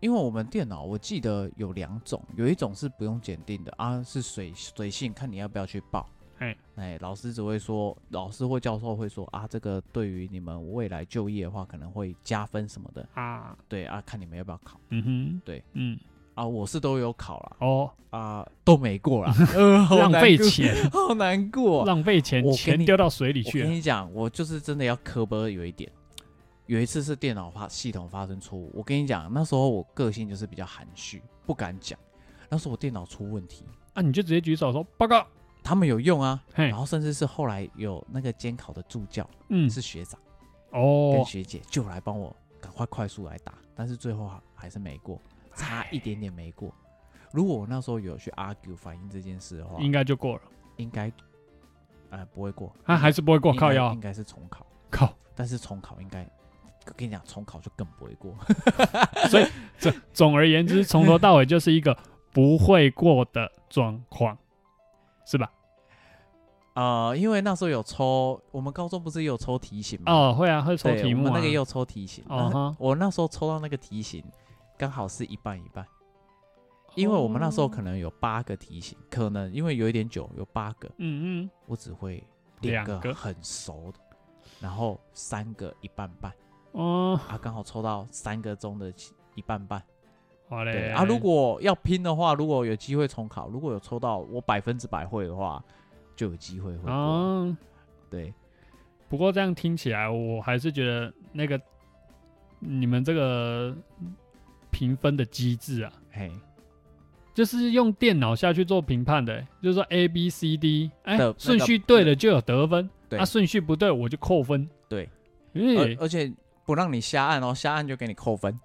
Speaker 2: 因为我们电脑我记得有两种，有一种是不用检定的啊，是随随性看你要不要去报。
Speaker 1: 哎
Speaker 2: 哎，老师只会说，老师或教授会说啊，这个对于你们未来就业的话，可能会加分什么的。
Speaker 1: 啊，
Speaker 2: 对啊，看你们要不要考
Speaker 1: 嗯哼，
Speaker 2: 对，
Speaker 1: 嗯，
Speaker 2: 啊。我是都有考啦，
Speaker 1: 哦，
Speaker 2: 啊，都没过啦， [laughs] 呃，好
Speaker 1: 浪
Speaker 2: 难
Speaker 1: 费
Speaker 2: 过，
Speaker 1: 钱，
Speaker 2: 好
Speaker 1: [laughs]
Speaker 2: 难过。
Speaker 1: 浪费钱
Speaker 2: 我，跟
Speaker 1: 钱
Speaker 2: 你
Speaker 1: 丢到水里
Speaker 2: 我
Speaker 1: 去
Speaker 2: 跟
Speaker 1: 了。
Speaker 2: 你讲，我就是真的要磕巴有一点。有一次是电脑发系统发生错误，我跟你讲，那时候我个性就是比较含蓄，不敢讲。那时候我电脑出问题，
Speaker 1: 啊，你就直接举手说报告，
Speaker 2: 他们有用啊，
Speaker 1: 嘿
Speaker 2: 然，后甚至是后来有那个监考的助教
Speaker 1: 嗯，
Speaker 2: 是学长跟
Speaker 1: 哦，
Speaker 2: 学姐，就来帮我赶快快速来打，但是最后还是没过，差
Speaker 1: 哎
Speaker 2: 一点点没过。如果我那时候有去 argue 反映这件事的话，
Speaker 1: 应该就过了，
Speaker 2: 应该呃不会过，
Speaker 1: 他还是不会过，
Speaker 2: 应该
Speaker 1: 靠腰
Speaker 2: 应，该是重考。
Speaker 1: 靠，
Speaker 2: 但是重考应该，我跟你讲，重考就更不会过。 [laughs]
Speaker 1: 总而言之，从头到尾就是一个不会过的状况，是吧？
Speaker 2: 呃，因为那时候有抽，我们高中不是也有抽题型吗？
Speaker 1: 哦，会啊，会抽
Speaker 2: 对，
Speaker 1: 题目
Speaker 2: 我
Speaker 1: 啊，
Speaker 2: 们那个也有抽题型。
Speaker 1: 哦哈
Speaker 2: 那我那时候抽到那个题型，刚好是一半一半，因为我们那时候可能有八个题型，可能因为有一点久，有八个，
Speaker 1: 嗯嗯，
Speaker 2: 我只会
Speaker 1: 两
Speaker 2: 两
Speaker 1: 个
Speaker 2: 个很熟的，然后三个一半半，
Speaker 1: 哦，
Speaker 2: 啊，刚好抽到三个中的其一半半。
Speaker 1: 好
Speaker 2: 对
Speaker 1: 嘞，
Speaker 2: 啊，如果要拼的话，如果有机会重考，如果有抽到我百分之百会的话，就有机会会过。
Speaker 1: 哦，
Speaker 2: 对，
Speaker 1: 不过这样听起来，我还是觉得那个你们这个评分的机制啊，
Speaker 2: 嘿，
Speaker 1: 就是用电脑下去做评判的、就是说 A B C D，哎、
Speaker 2: 的那个
Speaker 1: 顺序对了就有得分，
Speaker 2: 对
Speaker 1: 啊顺序不对我就扣分，
Speaker 2: 对，
Speaker 1: 哎、
Speaker 2: 而而且不让你瞎按哦，瞎按就给你扣分。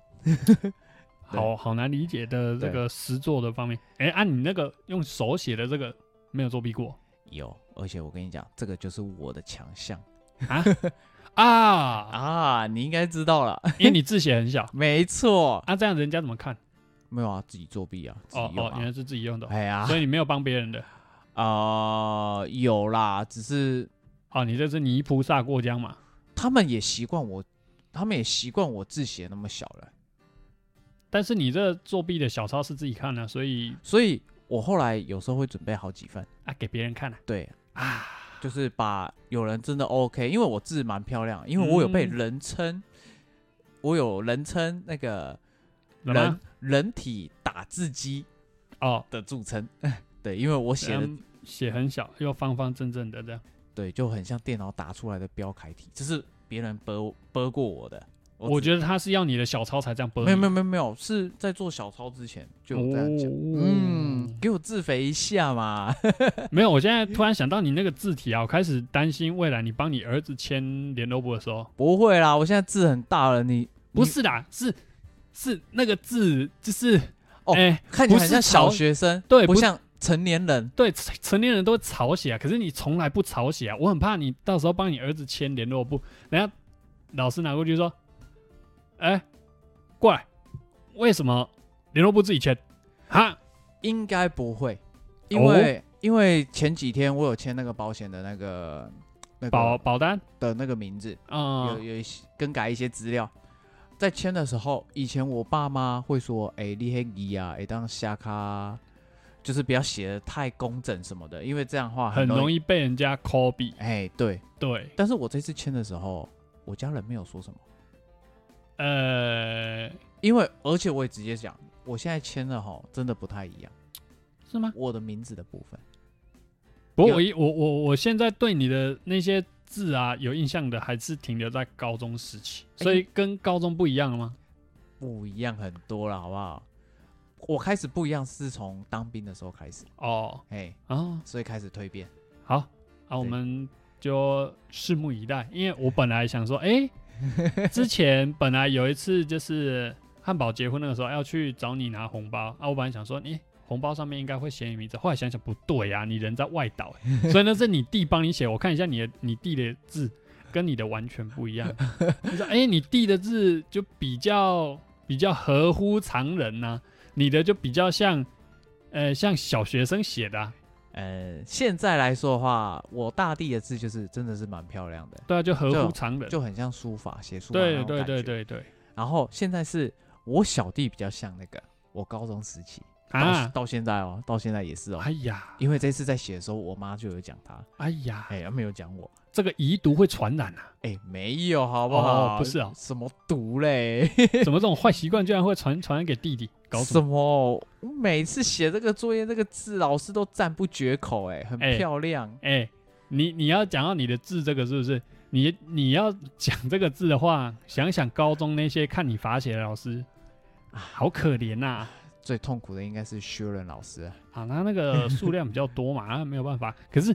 Speaker 1: 好好难理解的这
Speaker 2: 对
Speaker 1: 个实作的方面，哎、按、你那个用手写的这个没有作弊过
Speaker 2: 有，而且我跟你讲，这个就是我的强项
Speaker 1: 啊，
Speaker 2: 啊，你应该知道了。
Speaker 1: [laughs]
Speaker 2: [laughs]
Speaker 1: 因为你字写很小，
Speaker 2: 没错，
Speaker 1: 啊这样人家怎么看？
Speaker 2: 没有啊，自己作弊啊，自
Speaker 1: 哦
Speaker 2: 己用
Speaker 1: 哦，原来
Speaker 2: 啊。
Speaker 1: 是自己用的，
Speaker 2: 哎呀，
Speaker 1: 所以你没有帮别人的，
Speaker 2: 啊，有啦，只是
Speaker 1: 哦你这是泥菩萨过江嘛，
Speaker 2: 他们也习惯我，他们也习惯我字写那么小了。
Speaker 1: 但是你这作弊的小抄是自己看的、所以
Speaker 2: 所以我后来有时候会准备好几份，
Speaker 1: 啊给别人看啊，
Speaker 2: 对
Speaker 1: 啊
Speaker 2: 就是把有人真的 OK，因为我字蛮漂亮，因为我有被
Speaker 1: 嗯
Speaker 2: 人称，我有人称那个
Speaker 1: 怎么
Speaker 2: 人
Speaker 1: 了
Speaker 2: 人体打字机
Speaker 1: 哦
Speaker 2: 的著称， [laughs] 对，因为我写的
Speaker 1: 嗯写很小又方方正正的这样。
Speaker 2: 对就很像电脑打出来的标楷体，这是别人拨拨过我的，
Speaker 1: 我
Speaker 2: 得
Speaker 1: 觉得他是要你的小抄才这样播。
Speaker 2: 没有没有没有没有，是在做小抄之前就有这样
Speaker 1: 哦
Speaker 2: 讲。嗯，，给我自肥一下嘛！ [laughs]
Speaker 1: 没有。我现在突然想到你那个字体啊，我开始担心未来你帮你儿子签联络簿的时候，
Speaker 2: 不会啦，我现在字很大了，你
Speaker 1: 不是啦，是是那个字，就是
Speaker 2: 哦
Speaker 1: 哎
Speaker 2: 看起来
Speaker 1: 不
Speaker 2: 很
Speaker 1: 是
Speaker 2: 像小
Speaker 1: 朝
Speaker 2: 学生，
Speaker 1: 对
Speaker 2: 不
Speaker 1: 不
Speaker 2: 像成年人。
Speaker 1: 对成成年人都会草写啊，可是你从来不草写啊，我很怕你到时候帮你儿子签联络簿，人家老师拿过去说，哎，过来，为什么联络簿自己签？哈，
Speaker 2: 应该不会，因
Speaker 1: 哦
Speaker 2: 为、因为前几天我有签那个保险的那个那个
Speaker 1: 保保单
Speaker 2: 的那个名字，
Speaker 1: 啊，
Speaker 2: 有有一些更改一些资料。在签的时候，以前我爸妈会说：“哎、你黑你啊，哎当下卡，就是不要写的太工整什么的，因为这样的话
Speaker 1: 很容
Speaker 2: 易。
Speaker 1: 易被人家 copy，”
Speaker 2: 哎、对。
Speaker 1: 对。
Speaker 2: 但是我这次签的时候，我家人没有说什么，
Speaker 1: 呃，
Speaker 2: 因为而且我也直接讲，我现在签的哈，真的不太一样。
Speaker 1: 是吗？
Speaker 2: 我的名字的部分，
Speaker 1: 不过
Speaker 2: 有
Speaker 1: 我一我我我现在对你的那些字啊有印象的，还是停留在高中时期，
Speaker 2: 哎
Speaker 1: 所以跟高中不一样了吗？
Speaker 2: 不一样很多了，好不好？我开始不一样是从当兵的时候开始，
Speaker 1: 哦
Speaker 2: 哎，
Speaker 1: 啊，
Speaker 2: 所以开始蜕变。
Speaker 1: 好啊，我们就拭目以待，因为我本来想说，哎、之前本来有一次就是汉堡结婚那个时候要去找你拿红包啊，我本来想说你、红包上面应该会写你名字，后来想想不对呀、你人在外岛、欸所以那是你弟帮你写。我看一下你的你弟的字跟你的完全不一样，我说哎、你弟的字就比较比较合乎常人呐、你的就比较像呃像小学生写的、啊，
Speaker 2: 呃，现在来说的话，我大地的字就是真的是蛮漂亮的，
Speaker 1: 对啊，就合
Speaker 2: 就
Speaker 1: 乎常人，
Speaker 2: 就很像书法写书法那
Speaker 1: 对
Speaker 2: 种
Speaker 1: 对
Speaker 2: 感
Speaker 1: 对
Speaker 2: 觉。
Speaker 1: 对对
Speaker 2: 然后现在是我小弟比较像那个，我高中时期到
Speaker 1: 啊，
Speaker 2: 到现在哦，到现在也是哦，
Speaker 1: 哎呀
Speaker 2: 因为这次在写的时候，我妈就有讲他，
Speaker 1: 哎呀，
Speaker 2: 哎，她没有讲我，
Speaker 1: 这个遗毒会传染
Speaker 2: [laughs]
Speaker 1: 啊，
Speaker 2: 哎，没有，好不
Speaker 1: 哦
Speaker 2: 好？
Speaker 1: 不是哦，
Speaker 2: 什么毒嘞？
Speaker 1: 怎么这种坏习惯居然会传传染给弟弟？搞什
Speaker 2: 什
Speaker 1: 么？
Speaker 2: 么？我每次写这个作业，这个字老师都赞不绝口、哎，很
Speaker 1: 哎
Speaker 2: 漂亮。
Speaker 1: 哎、你你要讲到你的字这个是不是？你你要讲这个字的话，想想高中那些看你罚写的老师，啊好可怜呐、啊！
Speaker 2: 最痛苦的应该是薛仁老师，啊
Speaker 1: 他那
Speaker 2: [laughs]
Speaker 1: 个数量比较多嘛，啊没有办法。可是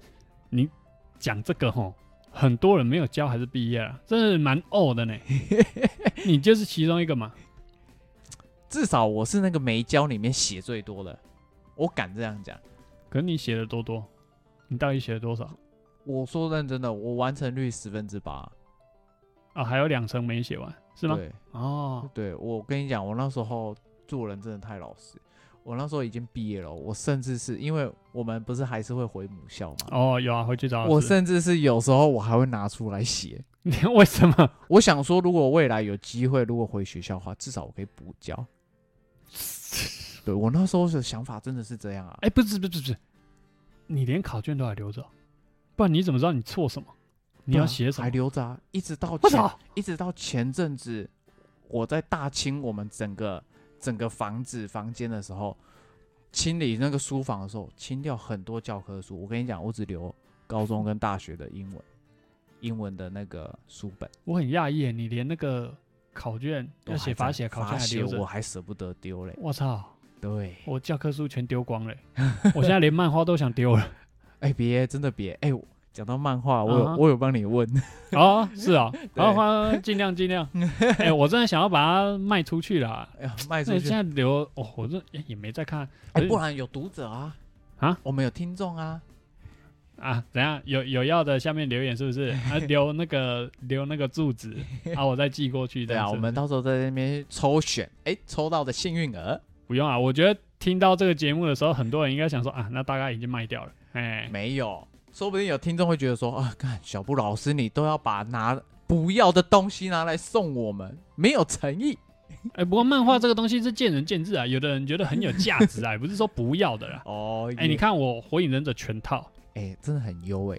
Speaker 1: 你讲这个吼，很多人没有教还是毕业了，真的蛮呕
Speaker 2: [laughs]
Speaker 1: 的呢。你就是其中一个嘛。
Speaker 2: 至少我是那个没教里面写最多的，我敢这样讲。
Speaker 1: 可是你写的多多，你到底写了多少
Speaker 2: 我说认真的，我完成率十分之八，
Speaker 1: 啊？还有两成没写完是吗？
Speaker 2: 对，
Speaker 1: 哦，
Speaker 2: 对我跟你讲，我那时候做人真的太老实。我那时候已经毕业了，我甚至是因为我们不是还是会回母校嘛，
Speaker 1: 哦，有啊，回去找老
Speaker 2: 我
Speaker 1: 师。
Speaker 2: 甚至是有时候我还会拿出来写。
Speaker 1: 你 [laughs] 为什么？
Speaker 2: 我想说，如果未来有机会，如果回学校的话，至少我可以补教。对我那时候的想法真的是这样啊。
Speaker 1: 哎、不是不是不是，你连考卷都还留着，不然你怎么知道你错什么？你
Speaker 2: 对
Speaker 1: 要
Speaker 2: 啊
Speaker 1: 写什么
Speaker 2: 还？留着啊，一直到
Speaker 1: 我操
Speaker 2: 前，一直到前阵子我在大清我们整个整个房子房间的时候，清理那个书房的时候，清掉很多教科书。我跟你讲，我只留高中跟大学的英文，英文的那个书本，
Speaker 1: 我很讶异耶，你连那个考卷
Speaker 2: 都
Speaker 1: 要写
Speaker 2: 还
Speaker 1: 罚
Speaker 2: 在
Speaker 1: 写考卷还
Speaker 2: 罚写
Speaker 1: 留
Speaker 2: 我
Speaker 1: 着。哦
Speaker 2: 还舍不得丢嘞。
Speaker 1: 我操！
Speaker 2: 对，
Speaker 1: 我教科书全丢光
Speaker 2: [laughs]
Speaker 1: 了耶，我现在连漫画都想丢了。
Speaker 2: 哎、别，真的别，哎、我讲到漫画，我有、
Speaker 1: 嗯哼
Speaker 2: 我有帮你问，
Speaker 1: 哦，是
Speaker 2: [laughs]
Speaker 1: 啊，漫画尽量尽量。哎、我真的想要把它卖出去啦。
Speaker 2: 哎呀，卖出
Speaker 1: 那
Speaker 2: 去
Speaker 1: 现，在留哦，我这也没在看
Speaker 2: 哎、
Speaker 1: 可是
Speaker 2: 不然有读者啊，
Speaker 1: 啊，
Speaker 2: 我们有听众啊，
Speaker 1: 啊。怎样？有有要的下面留言是不是？ [laughs] 啊，留那个留那个住址啊，我再寄过去这
Speaker 2: 对
Speaker 1: 样
Speaker 2: 啊，
Speaker 1: 子。
Speaker 2: 我们到时候在那边抽选，哎、抽到的幸运儿
Speaker 1: 不用啊，我觉得听到这个节目的时候，很多人应该想说啊，那大概已经卖掉了。哎、
Speaker 2: 没有，说不定有听众会觉得说啊，看小布老师，你都要把拿不要的东西拿来送我们，没有诚意。
Speaker 1: 哎、不过漫画这个东西是见仁见智啊，有的人觉得很有价值 [laughs] 啊，也不是说不要的啦。
Speaker 2: 哦，
Speaker 1: 哎、你，看我《火影忍者》全套，
Speaker 2: 哎、真的很优哎、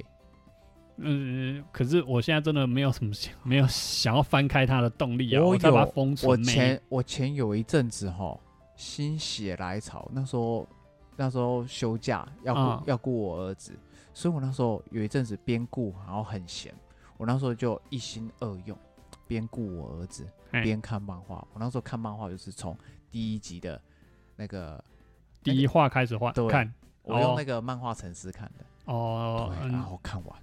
Speaker 1: 嗯，可是我现在真的没有什么想没有想要翻开它的动力啊，
Speaker 2: 我
Speaker 1: 我再把它
Speaker 2: 有
Speaker 1: 封
Speaker 2: 我
Speaker 1: 存。没
Speaker 2: 前我前有一阵子哈，心血来潮，那时候那时候休假要顾、
Speaker 1: 嗯
Speaker 2: 要顾我儿子，所以我那时候有一阵子边顾，然后很闲，我那时候就一心二用，边顾我儿子
Speaker 1: 嘿
Speaker 2: 边看漫画。我那时候看漫画就是从第一集的那个，
Speaker 1: 第一话开始画
Speaker 2: 对
Speaker 1: 看
Speaker 2: 我用
Speaker 1: 哦
Speaker 2: 那个漫画城市看的，
Speaker 1: 哦，
Speaker 2: 对，然
Speaker 1: 嗯，
Speaker 2: 后看完。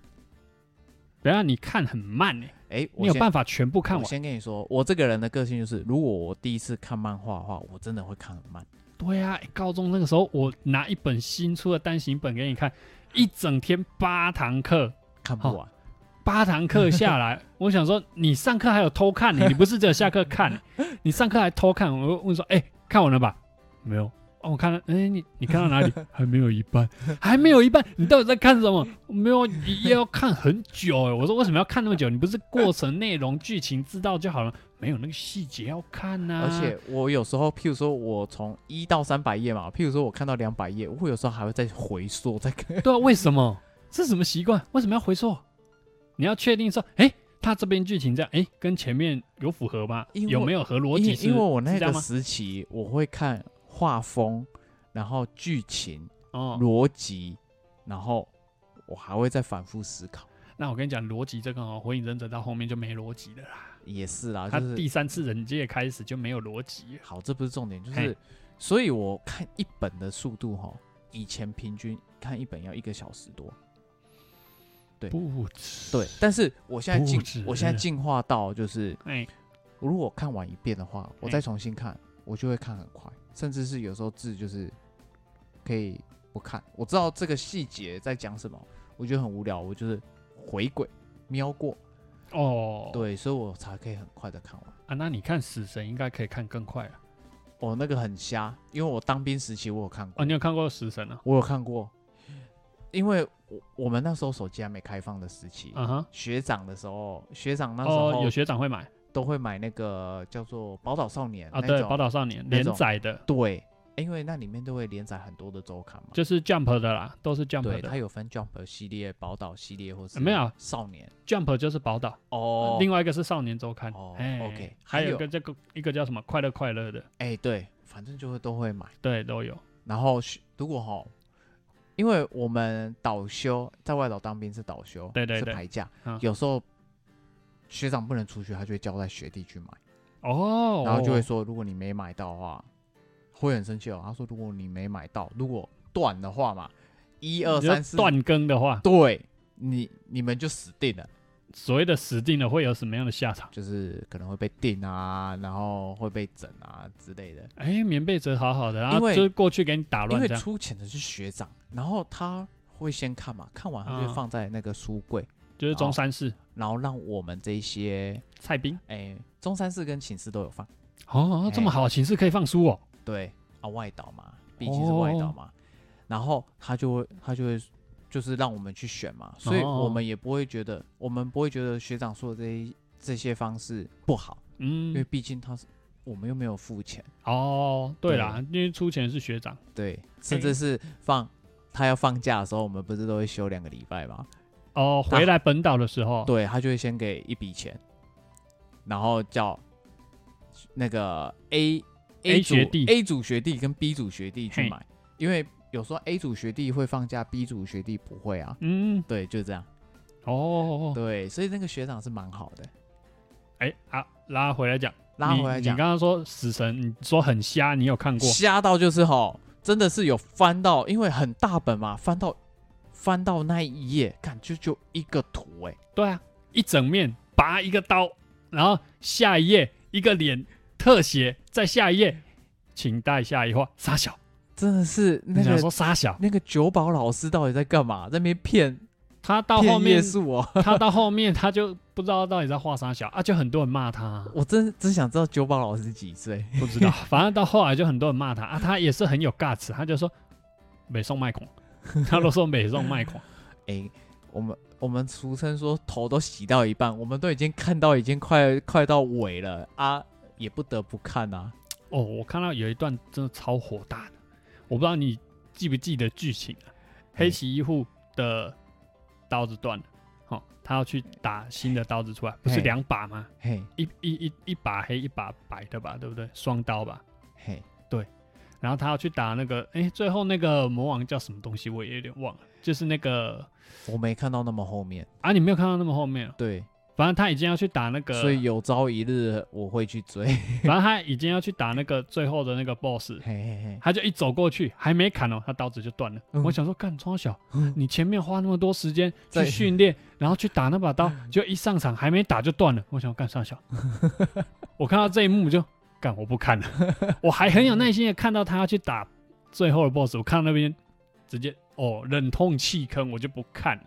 Speaker 1: 等一下你看很慢哎、
Speaker 2: 哎、我
Speaker 1: 你有
Speaker 2: 先
Speaker 1: 办法全部看
Speaker 2: 我
Speaker 1: 完？
Speaker 2: 先跟你说，我这个人的个性就是，如果我第一次看漫画的话，我真的会看很慢。
Speaker 1: 对啊、欸高中那个时候我拿一本新出的单行本给你看，一整天八堂课，
Speaker 2: 看不
Speaker 1: 好
Speaker 2: 完，
Speaker 1: 八堂课下
Speaker 2: [laughs]
Speaker 1: 来，我想说你上课还有偷看呢、你不是只有下课看、
Speaker 2: [laughs]
Speaker 1: 你上课还偷看。我就问说，哎、看完了吧？没有。哦，我看了，哎、你你看到
Speaker 2: [laughs]
Speaker 1: 哪里？还没有一半，还没有一半，你到底在看什么？没有，你要看很久哎、我说为什么要看那么久？你不是过程、内容、剧情知道就好了？没有那个细节要看啊呐、
Speaker 2: 而且我有时候，譬如说我从一到三百页嘛，譬如说我看到两百页，我有时候还会再回缩再
Speaker 1: [laughs]
Speaker 2: 看。
Speaker 1: 对啊，为什么？这是什么习惯？为什么要回溯？你要确定说，哎、他这边剧情这样，哎、跟前面有符合吗？
Speaker 2: 因为
Speaker 1: 有没有合逻
Speaker 2: 因
Speaker 1: 辑
Speaker 2: 为
Speaker 1: 是？
Speaker 2: 因为我
Speaker 1: 是
Speaker 2: 那
Speaker 1: 这样
Speaker 2: 个
Speaker 1: 吗
Speaker 2: 时期，我会看画风，然后剧情、
Speaker 1: 哦，
Speaker 2: 逻辑，然后我还会再反复思考。
Speaker 1: 那我跟你讲，逻辑这个哦，《火影忍者》到后面就没逻辑了啦。
Speaker 2: 也是啦，
Speaker 1: 他
Speaker 2: 啊就是
Speaker 1: 第三次忍界开始就没有逻辑了。
Speaker 2: 好，这不是重点，就
Speaker 1: 嘿
Speaker 2: 是所以我看一本的速度哈，以前平均看一本要一个小时多。对
Speaker 1: 不止，
Speaker 2: 对，但是我现在
Speaker 1: 不
Speaker 2: 进
Speaker 1: 止，
Speaker 2: 我现在进化到就是
Speaker 1: 哎、
Speaker 2: 如果我看完一遍的话，我再
Speaker 1: 嗯
Speaker 2: 重新看，我就会看很快，甚至是有时候字就是可以不看，我知道这个细节在讲什么，我觉得很无聊，我就是回轨瞄过，
Speaker 1: 哦，
Speaker 2: 对，所以我才可以很快的看完。
Speaker 1: 啊，那你看《死神》应该可以看更快啊。
Speaker 2: 哦，那个很瞎，因为我当兵时期我有看过，
Speaker 1: 哦，你有看过《死神》啊？
Speaker 2: 我有看过，因为我我们那时候手机还没开放的时期，
Speaker 1: 嗯哼，
Speaker 2: 学长的时候，学长那时
Speaker 1: 哦，
Speaker 2: 候
Speaker 1: 有学长会买
Speaker 2: 都会买那个叫做《宝岛少年》
Speaker 1: 啊。
Speaker 2: 那
Speaker 1: 对，《
Speaker 2: 种
Speaker 1: 宝岛少年》
Speaker 2: 那
Speaker 1: 连
Speaker 2: 种
Speaker 1: 载的，
Speaker 2: 对，因为那里面都会连载很多的周刊嘛。
Speaker 1: 就是 Jump 的啦，都是 Jump
Speaker 2: 对，
Speaker 1: 的
Speaker 2: 它。有分 Jump 系列、宝岛系列，或是
Speaker 1: 没有
Speaker 2: 少年
Speaker 1: Jump 就是宝岛，
Speaker 2: 哦。
Speaker 1: 另外一个是少年周刊。
Speaker 2: 哦
Speaker 1: 哎
Speaker 2: OK，
Speaker 1: 还
Speaker 2: 还
Speaker 1: 有
Speaker 2: 有
Speaker 1: 一个这个一个叫什么快乐快乐的，
Speaker 2: 哎、对，反正就会都会买。
Speaker 1: 对，都有。
Speaker 2: 然后如果哈，因为我们倒休在外岛当兵是倒休，
Speaker 1: 对对
Speaker 2: 是
Speaker 1: 对
Speaker 2: 排假，
Speaker 1: 嗯
Speaker 2: 有时候学长不能出去，他就会交代学弟去买，
Speaker 1: 哦，
Speaker 2: 然后就会说，如果你没买到的话，会很生气哦。他说，如果你没买到，如果断的话嘛，一二
Speaker 1: 你说
Speaker 2: 三四，
Speaker 1: 断更的话，
Speaker 2: 对你你们就死定了，
Speaker 1: 所谓的死定了会有什么样的下场？
Speaker 2: 就是可能会被定啊，然后会被整啊之类的。
Speaker 1: 哎，棉被折好好的，然
Speaker 2: 因
Speaker 1: 后
Speaker 2: 为
Speaker 1: 就过去给你打
Speaker 2: 因
Speaker 1: 乱
Speaker 2: 为
Speaker 1: 这样。嗯
Speaker 2: 出钱的是学长，哦然后他会先看嘛，看完他就
Speaker 1: 嗯
Speaker 2: 会放在那个书柜。
Speaker 1: 就是
Speaker 2: 哦
Speaker 1: 中山市
Speaker 2: 然后让我们这一些，
Speaker 1: 蔡斌
Speaker 2: 哎、中山市跟寝室都有放，
Speaker 1: 哦，这么
Speaker 2: 哎
Speaker 1: 好，寝室可以放书哦。
Speaker 2: 对啊，外岛嘛，毕竟是外岛嘛，然后他就会他就会就是让我们去选嘛，所以
Speaker 1: 哦
Speaker 2: 我们也不会觉得，我们不会觉得学长说的这一这些方式不好，因为
Speaker 1: 嗯，
Speaker 2: 毕竟他是我们又没有付钱，
Speaker 1: 哦，对啦，因为出钱是学长，
Speaker 2: 对，甚至是放他要放假的时候，我们不是都会休两个礼拜嘛，
Speaker 1: 哦，
Speaker 2: 那
Speaker 1: 回来本岛的时候，
Speaker 2: 对他就会先给一笔钱，然后叫那个 A
Speaker 1: A
Speaker 2: 组
Speaker 1: 学弟
Speaker 2: A 组学弟跟 B 组学弟去
Speaker 1: 嘿
Speaker 2: 买，因为有时候 A 组学弟会放假，B 组学弟不会啊。
Speaker 1: 嗯，
Speaker 2: 对，就这样。
Speaker 1: 哦，
Speaker 2: 对，所以那个学长是蛮好的。
Speaker 1: 哎啊，拉回来讲，
Speaker 2: 拉
Speaker 1: 你
Speaker 2: 回来讲
Speaker 1: 你，刚刚说死神，你说很瞎，你有看过？
Speaker 2: 吓到就是吼，真的是有翻到，因为很大本嘛，翻到翻到那一页，看就就一个图哎、
Speaker 1: 对啊，一整面拔一个刀，然后下一页一个脸特写，再下一页，请待下一话傻小，
Speaker 2: 真的是那
Speaker 1: 你想
Speaker 2: 个
Speaker 1: 说傻小，
Speaker 2: 那个九保老师到底在干嘛？在那边骗
Speaker 1: 他到后
Speaker 2: 骗
Speaker 1: 面
Speaker 2: 夜宿哦。
Speaker 1: [laughs] 他到后面他就不知道到底在画傻小啊，就很多人骂他、[laughs]
Speaker 2: [laughs] 我真只想知道九宝老师几岁。
Speaker 1: 不知道，反正到后来就很多人骂他啊，他也是很有 guts，他就说美送卖狂， [laughs] 他都说美送卖狂，
Speaker 2: 哎、我们我们俗称说头都洗到一半，我们都已经看到已经快快到尾了啊，也不得不看啊。
Speaker 1: 哦，我看到有一段真的超火大的，我不知道你记不记得剧情啊？黑崎一护的刀子断了，好、他要去打新的刀子出来，不是
Speaker 2: 嘿
Speaker 1: 两把吗？
Speaker 2: 嘿
Speaker 1: 一一一一把黑，一把白的吧，对不对？双刀吧。
Speaker 2: 嘿，
Speaker 1: 然后他要去打那个，哎，最后那个魔王叫什么东西，我也有点忘了，就是那个
Speaker 2: 我没看到那么后面。
Speaker 1: 啊，你没有看到那么后面哦，
Speaker 2: 对，
Speaker 1: 反正他已经要去打那个，
Speaker 2: 所以有朝一日我会去追。 [laughs]
Speaker 1: 反正他已经要去打那个最后的那个 boss，
Speaker 2: 嘿嘿嘿，
Speaker 1: 他就一走过去，还没砍哦，他刀子就断了。
Speaker 2: 嗯
Speaker 1: 我想说，干超小，
Speaker 2: 嗯
Speaker 1: 你前面花那么多时间去
Speaker 2: 在嗯
Speaker 1: 训练，然后去打那把刀，就一上场还没打就断了。我想干上
Speaker 2: [laughs]
Speaker 1: 小，我看到这一幕就干，我不
Speaker 2: [laughs]
Speaker 1: 看了。我还很有耐心的看到他要去打最后的 BOSS，我看到那边直接哦忍痛弃坑，我就不看了，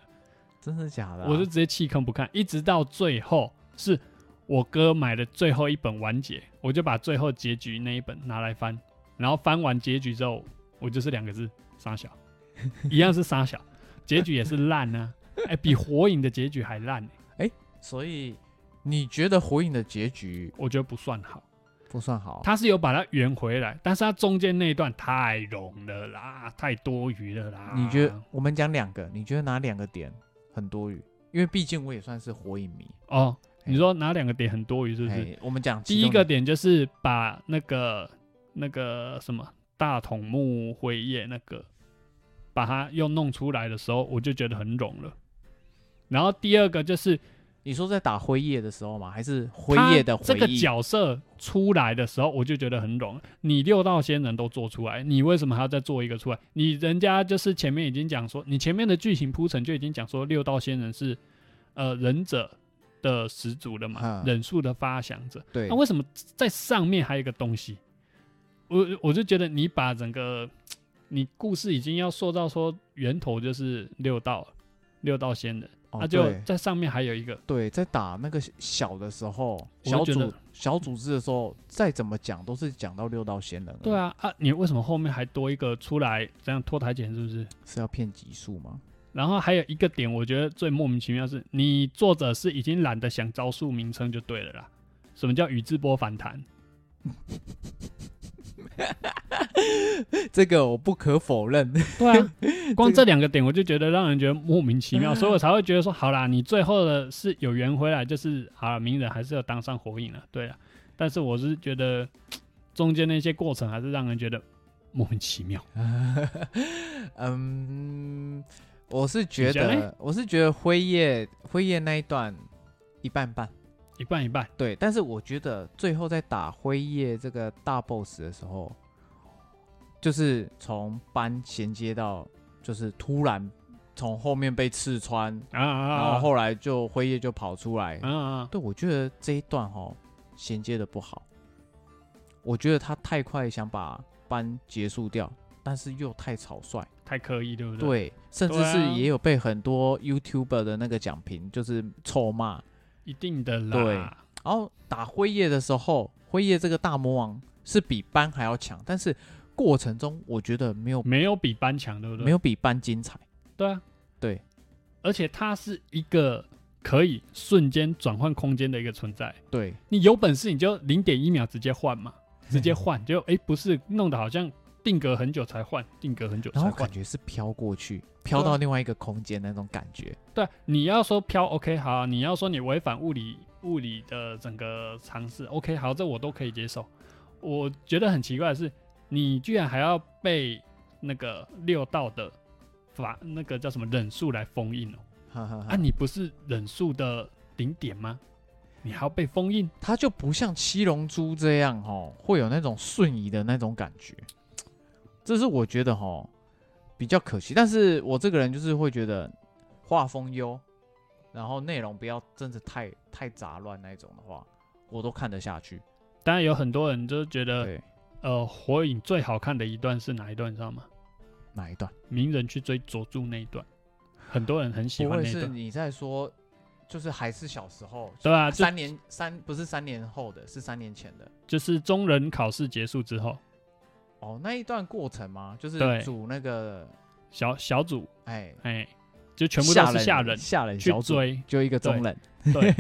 Speaker 2: 真的假的啊、
Speaker 1: 我就直接弃坑不看，一直到最后是我哥买的最后一本完结，我就把最后结局那一本拿来翻，然后翻完结局之后，我就是两个字傻
Speaker 2: [laughs]
Speaker 1: 小，一样是傻小，结局也是烂啊，哎、比火影的结局还烂、欸
Speaker 2: 所以你觉得火影的结局
Speaker 1: 我觉得不算好。
Speaker 2: 不算好？
Speaker 1: 他是有把它圆回来，但是他中间那一段太冗了啦，太多余了啦。
Speaker 2: 你觉得我们讲两个，你觉得哪两个点很多余？因为毕竟我也算是火影迷，
Speaker 1: 哦？
Speaker 2: 嘿
Speaker 1: 你说哪两个点很多余是不是？
Speaker 2: 哎，我们讲其
Speaker 1: 第一
Speaker 2: 中
Speaker 1: 个点就是把那个那个什么大筒木辉夜那个，把它又弄出来的时候，我就觉得很冗了。然后第二个就是
Speaker 2: 你说在打辉夜的时候吗？还是辉
Speaker 1: 他
Speaker 2: 夜的回忆？
Speaker 1: 这个角色出来的时候，我就觉得很冗。你六道仙人都做出来，你为什么还要再做一个出来？你人家就是前面已经讲说，你前面的剧情铺陈就已经讲说六道仙人是呃忍者的始祖了嘛，
Speaker 2: 嗯
Speaker 1: 忍术的发祥者。
Speaker 2: 对
Speaker 1: 那、，啊为什么在上面还有一个东西？我我就觉得你把整个你故事已经要塑造说源头就是六道了六道仙人，那、
Speaker 2: 哦
Speaker 1: 啊就
Speaker 2: 对嗯
Speaker 1: 在上面还有一个
Speaker 2: 对，在打那个小的时候，
Speaker 1: 就
Speaker 2: 小
Speaker 1: 觉
Speaker 2: 组
Speaker 1: 得
Speaker 2: 小组织的时候，再怎么讲都是讲到六道仙人而已。
Speaker 1: 对啊啊！你为什么后面还多一个出来这样脱台前是不是？
Speaker 2: 是要骗级数吗？ [laughs]
Speaker 1: 然后还有一个点，我觉得最莫名其妙是，你作者是已经懒得想招数名称就对了啦。什么叫宇智波反弹？
Speaker 2: 这个我不可否认。
Speaker 1: 对啊，光这两个点我就觉得让人觉得莫名其妙，所以我才会觉得说，好啦，你最后的是有缘回来，就是好啦，鸣人还是有当上火影了，对了，但是我是觉得中间那些过程还是让人觉得莫名其妙。
Speaker 2: 嗯，我是觉
Speaker 1: 你觉得
Speaker 2: 得，我是觉得辉夜辉夜那一段一半半，
Speaker 1: 一半一半，
Speaker 2: 对。但是我觉得最后在打辉夜这个大 boss 的时候，就是从班衔接到，就是突然从后面被刺穿，
Speaker 1: 啊啊
Speaker 2: 然
Speaker 1: 啊
Speaker 2: 后后来就辉夜就跑出来。
Speaker 1: 啊啊！
Speaker 2: 对，我觉得这一段哈、衔接的不好，我觉得他太快想把班结束掉，但是又太草率。
Speaker 1: 太刻意，对不对？
Speaker 2: 对，甚至
Speaker 1: 对啊
Speaker 2: 是也有被很多 YouTuber 的那个讲评，就是臭骂。
Speaker 1: 一定的啦。
Speaker 2: 对然后打辉夜的时候，辉夜这个大魔王是比班还要强，但是过程中我觉得没有
Speaker 1: 没有比班强，对不对？
Speaker 2: 没有比班精彩。
Speaker 1: 对啊，
Speaker 2: 对，
Speaker 1: 而且它是一个可以瞬间转换空间的一个存在。
Speaker 2: 对，
Speaker 1: 你有本事你就零点一秒直接换嘛，
Speaker 2: 嗯
Speaker 1: 直接换，就哎、不是弄得好像定格很久才换，定格很久
Speaker 2: 然
Speaker 1: 才
Speaker 2: 后
Speaker 1: 换
Speaker 2: 感。觉是飘过去，飘到另外一个空间那种感觉。
Speaker 1: 对啊，你要说飘 OK 好啊，你要说你违反物理物理的整个尝试 OK 好，这我都可以接受。我觉得很奇怪的是，你居然还要被那个六道的法那个叫什么忍术来封印哦、
Speaker 2: 哈哈
Speaker 1: 啊，
Speaker 2: 哈，
Speaker 1: 你不是忍术的顶点吗？你还要被封印？
Speaker 2: 他就不像七龙珠这样哦，会有那种瞬移的那种感觉。这是我觉得哦比较可惜，但是我这个人就是会觉得画风优，然后内容不要真的太太杂乱那一种的话，我都看得下去。
Speaker 1: 当然有很多人就觉得，
Speaker 2: 对，
Speaker 1: 呃，火影最好看的一段是哪一段，你知道吗？
Speaker 2: 哪一段？
Speaker 1: 鸣人去追佐助那一段，很多人很喜
Speaker 2: 不
Speaker 1: 欢
Speaker 2: 会
Speaker 1: 那一
Speaker 2: 是
Speaker 1: 段，
Speaker 2: 你在说，就是还是小时候，
Speaker 1: 对吧、就
Speaker 2: 三年三不是三年后的，是三年前的。
Speaker 1: 就是中忍考试结束之后，
Speaker 2: 哦，那一段过程吗？就是
Speaker 1: 对
Speaker 2: 组那个，
Speaker 1: 小小组
Speaker 2: 哎，
Speaker 1: 哎、就全部都是下人
Speaker 2: 下人
Speaker 1: 去
Speaker 2: 小组， [laughs]
Speaker 1: 追，
Speaker 2: 就一个
Speaker 1: 对
Speaker 2: 中人。
Speaker 1: 对，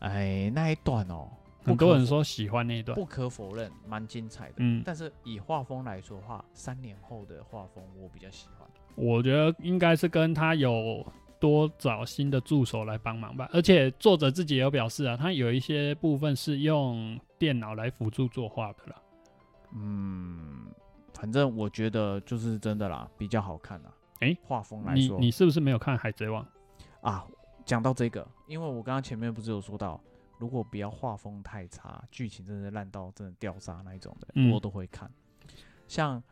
Speaker 2: 哎，那一段哦，
Speaker 1: 很多人
Speaker 2: 不可
Speaker 1: 说喜欢那一段，
Speaker 2: 不可否认，蛮精彩的。
Speaker 1: 嗯，
Speaker 2: 但是以画风来说的话，三年后的画风我比较喜欢。
Speaker 1: 我觉得应该是跟他有多找新的助手来帮忙吧。而且作者自己也有表示啊，他有一些部分是用电脑来辅助作画的啦。
Speaker 2: 嗯，反正我觉得就是真的啦，比较好看啊啦。
Speaker 1: 哎
Speaker 2: 画风来
Speaker 1: 你
Speaker 2: 说
Speaker 1: 你是不是没有看《海贼王》？
Speaker 2: 啊，讲到这个，因为我刚刚前面不是有说到，如果不要画风太差，剧情真的烂到真的掉渣那一种的，
Speaker 1: 嗯
Speaker 2: 我都会看。像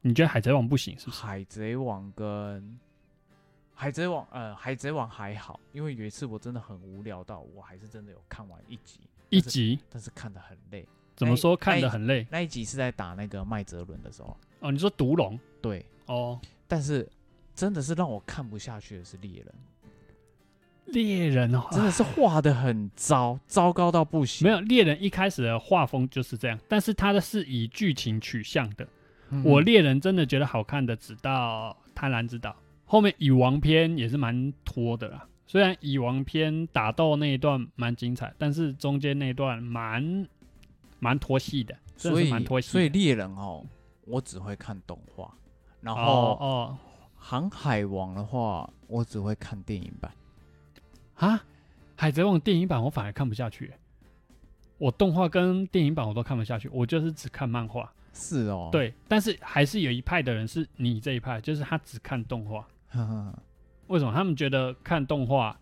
Speaker 1: 你觉得《海贼王》不行是不是？
Speaker 2: 海贼王跟海贼王，呃，海贼王还好，因为有一次我真的很无聊到，我还是真的有看完一集，
Speaker 1: 一集
Speaker 2: 但是看得很累。
Speaker 1: 怎么说看
Speaker 2: 那
Speaker 1: 得很累
Speaker 2: 那一集是在打那个麦哲伦的时候，
Speaker 1: 哦？你说毒龙
Speaker 2: 对，
Speaker 1: 哦，
Speaker 2: 但是真的是让我看不下去的是猎人，
Speaker 1: 猎人哦，
Speaker 2: 真的
Speaker 1: 啊
Speaker 2: 是画的很糟，糟糕到不行。
Speaker 1: 没有猎人一开始的画风就是这样，但是他的是以剧情取向的。
Speaker 2: 嗯，
Speaker 1: 我猎人真的觉得好看的，只到贪婪之岛，后面蚁王篇也是蛮拖的啦。虽然蚁王篇打斗那一段蛮精彩，但是中间那一段蛮蛮拖戏的，真的
Speaker 2: 所
Speaker 1: 是
Speaker 2: 以
Speaker 1: 蛮拖戏的。
Speaker 2: 所以猎人哦，我只会看动画，然
Speaker 1: 哦
Speaker 2: 后
Speaker 1: 哦
Speaker 2: 航海王的话，我只会看电影版。
Speaker 1: 啊，海贼王电影版我反而看不下去、我动画跟电影版我都看不下去，我就是只看漫画。
Speaker 2: 是哦，，
Speaker 1: 对，但是还是有一派的人是你这一派，就是他只看动画。为什么他们觉得看动画，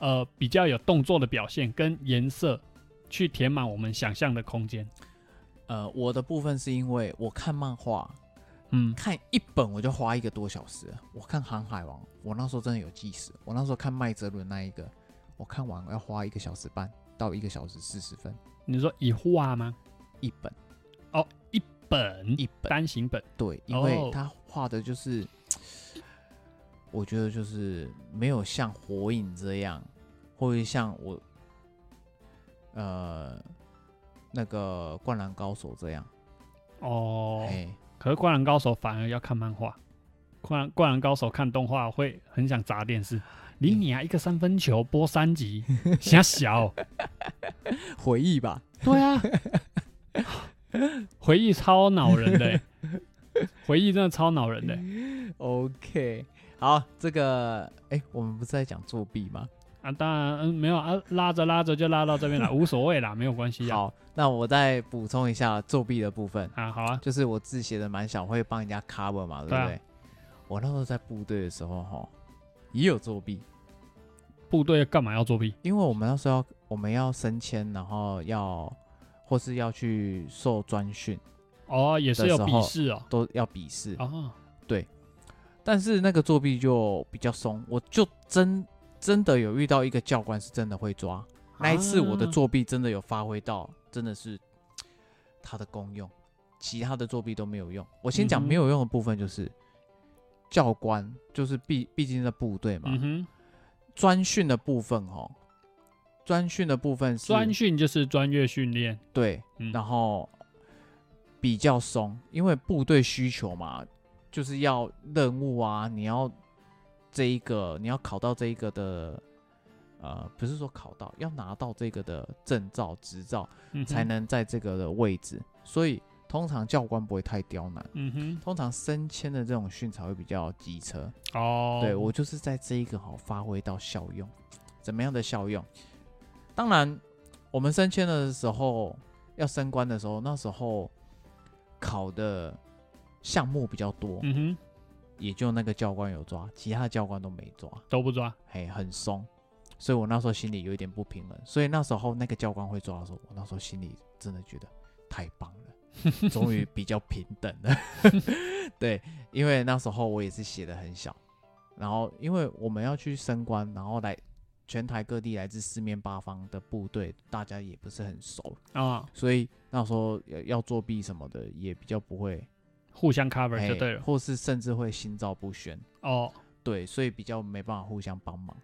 Speaker 1: 呃，比较有动作的表现跟颜色，去填满我们想象的空间？
Speaker 2: 呃，我的部分是因为我看漫画，
Speaker 1: 嗯，
Speaker 2: 看一本我就花一个多小时了。我看《航海王》，我那时候真的有计时。我那时候看麦哲伦那一个，我看完要花一个小时半到一个小时四十分，
Speaker 1: 你说以画吗？
Speaker 2: 一本
Speaker 1: 哦，一本
Speaker 2: 一本。
Speaker 1: 单行本，
Speaker 2: 对，因为
Speaker 1: 哦
Speaker 2: 他画的就是，我觉得就是没有像火影这样，或者像我，呃，那个灌篮高手这样。
Speaker 1: 哦。
Speaker 2: 哎、
Speaker 1: 可是《灌篮高手》反而要看漫画，《灌篮灌篮高手》看动画会很想砸电视。你你啊，一个三分球播三集，瞎小。
Speaker 2: 回忆吧，
Speaker 1: 对啊，回忆超恼人的欸、回忆真的超恼人的欸、
Speaker 2: OK，好，这个哎、我们不是在讲作弊吗？
Speaker 1: 啊！当然，嗯，没有啊，拉着拉着就拉到这边来，无所谓啦，没有关系啊。
Speaker 2: 好，那我再补充一下作弊的部分，
Speaker 1: 啊，好啊，
Speaker 2: 就是我字写的蛮小，会帮人家 cover 嘛，对不
Speaker 1: 对
Speaker 2: 对？
Speaker 1: 啊
Speaker 2: 我那时候在部队的时候，哈，也有作弊，
Speaker 1: 部队干嘛要作弊？
Speaker 2: 因为我们那时候要我们要升迁，然后要或是要去受专训，
Speaker 1: 哦，也是有
Speaker 2: 的时
Speaker 1: 笔
Speaker 2: 候
Speaker 1: 试哦。
Speaker 2: 都要笔试。
Speaker 1: 哦，
Speaker 2: 但是那个作弊就比较松，我就真真的有遇到一个教官是真的会抓。那一次我的
Speaker 1: 啊
Speaker 2: 作弊真的有发挥到，真的是它的功用，其他的作弊都没有用。我先讲
Speaker 1: 嗯哼
Speaker 2: 没有用的部分就是，教官就是毕毕竟在部队嘛
Speaker 1: 嗯，哼，
Speaker 2: 专训的部分哦，专训的部分是哦
Speaker 1: 专训就是专业训练，
Speaker 2: 对，
Speaker 1: 嗯
Speaker 2: 然后比较松，因为部队需求嘛，就是要任务啊，你要这一个，你要考到这一个的，呃，不是说考到，要拿到这个的证照、执照，
Speaker 1: 嗯哼
Speaker 2: 才。能在这个的位置，所以通常教官不会太刁难。
Speaker 1: 嗯哼，
Speaker 2: 通常升迁的这种训才会比较机车，
Speaker 1: 哦，
Speaker 2: 对我就是在这一个好发挥到效用，怎么样的效用？当然，我们升迁的时候，要升官的时候，那时候考的项目比较多，
Speaker 1: 嗯哼，
Speaker 2: 也就那个教官有抓，其他的教官都没抓，
Speaker 1: 都不抓，
Speaker 2: 嘿，很松。所以我那时候心里有一点不平衡，所以那时候那个教官会抓的时候，我那时候心里真的觉得太棒了，终于比较平等了。 [laughs] 对，因为那时候我也是写的很小，然后因为我们要去升官，然后来全台各地来自四面八方的部队，大家也不是很熟，
Speaker 1: 啊，
Speaker 2: 所以那时候要要作弊什么的也比较不会，
Speaker 1: 互相 cover
Speaker 2: 哎
Speaker 1: 就对了。
Speaker 2: 或是甚至会心照不宣。
Speaker 1: 哦，
Speaker 2: 对，所以比较没办法互相帮忙。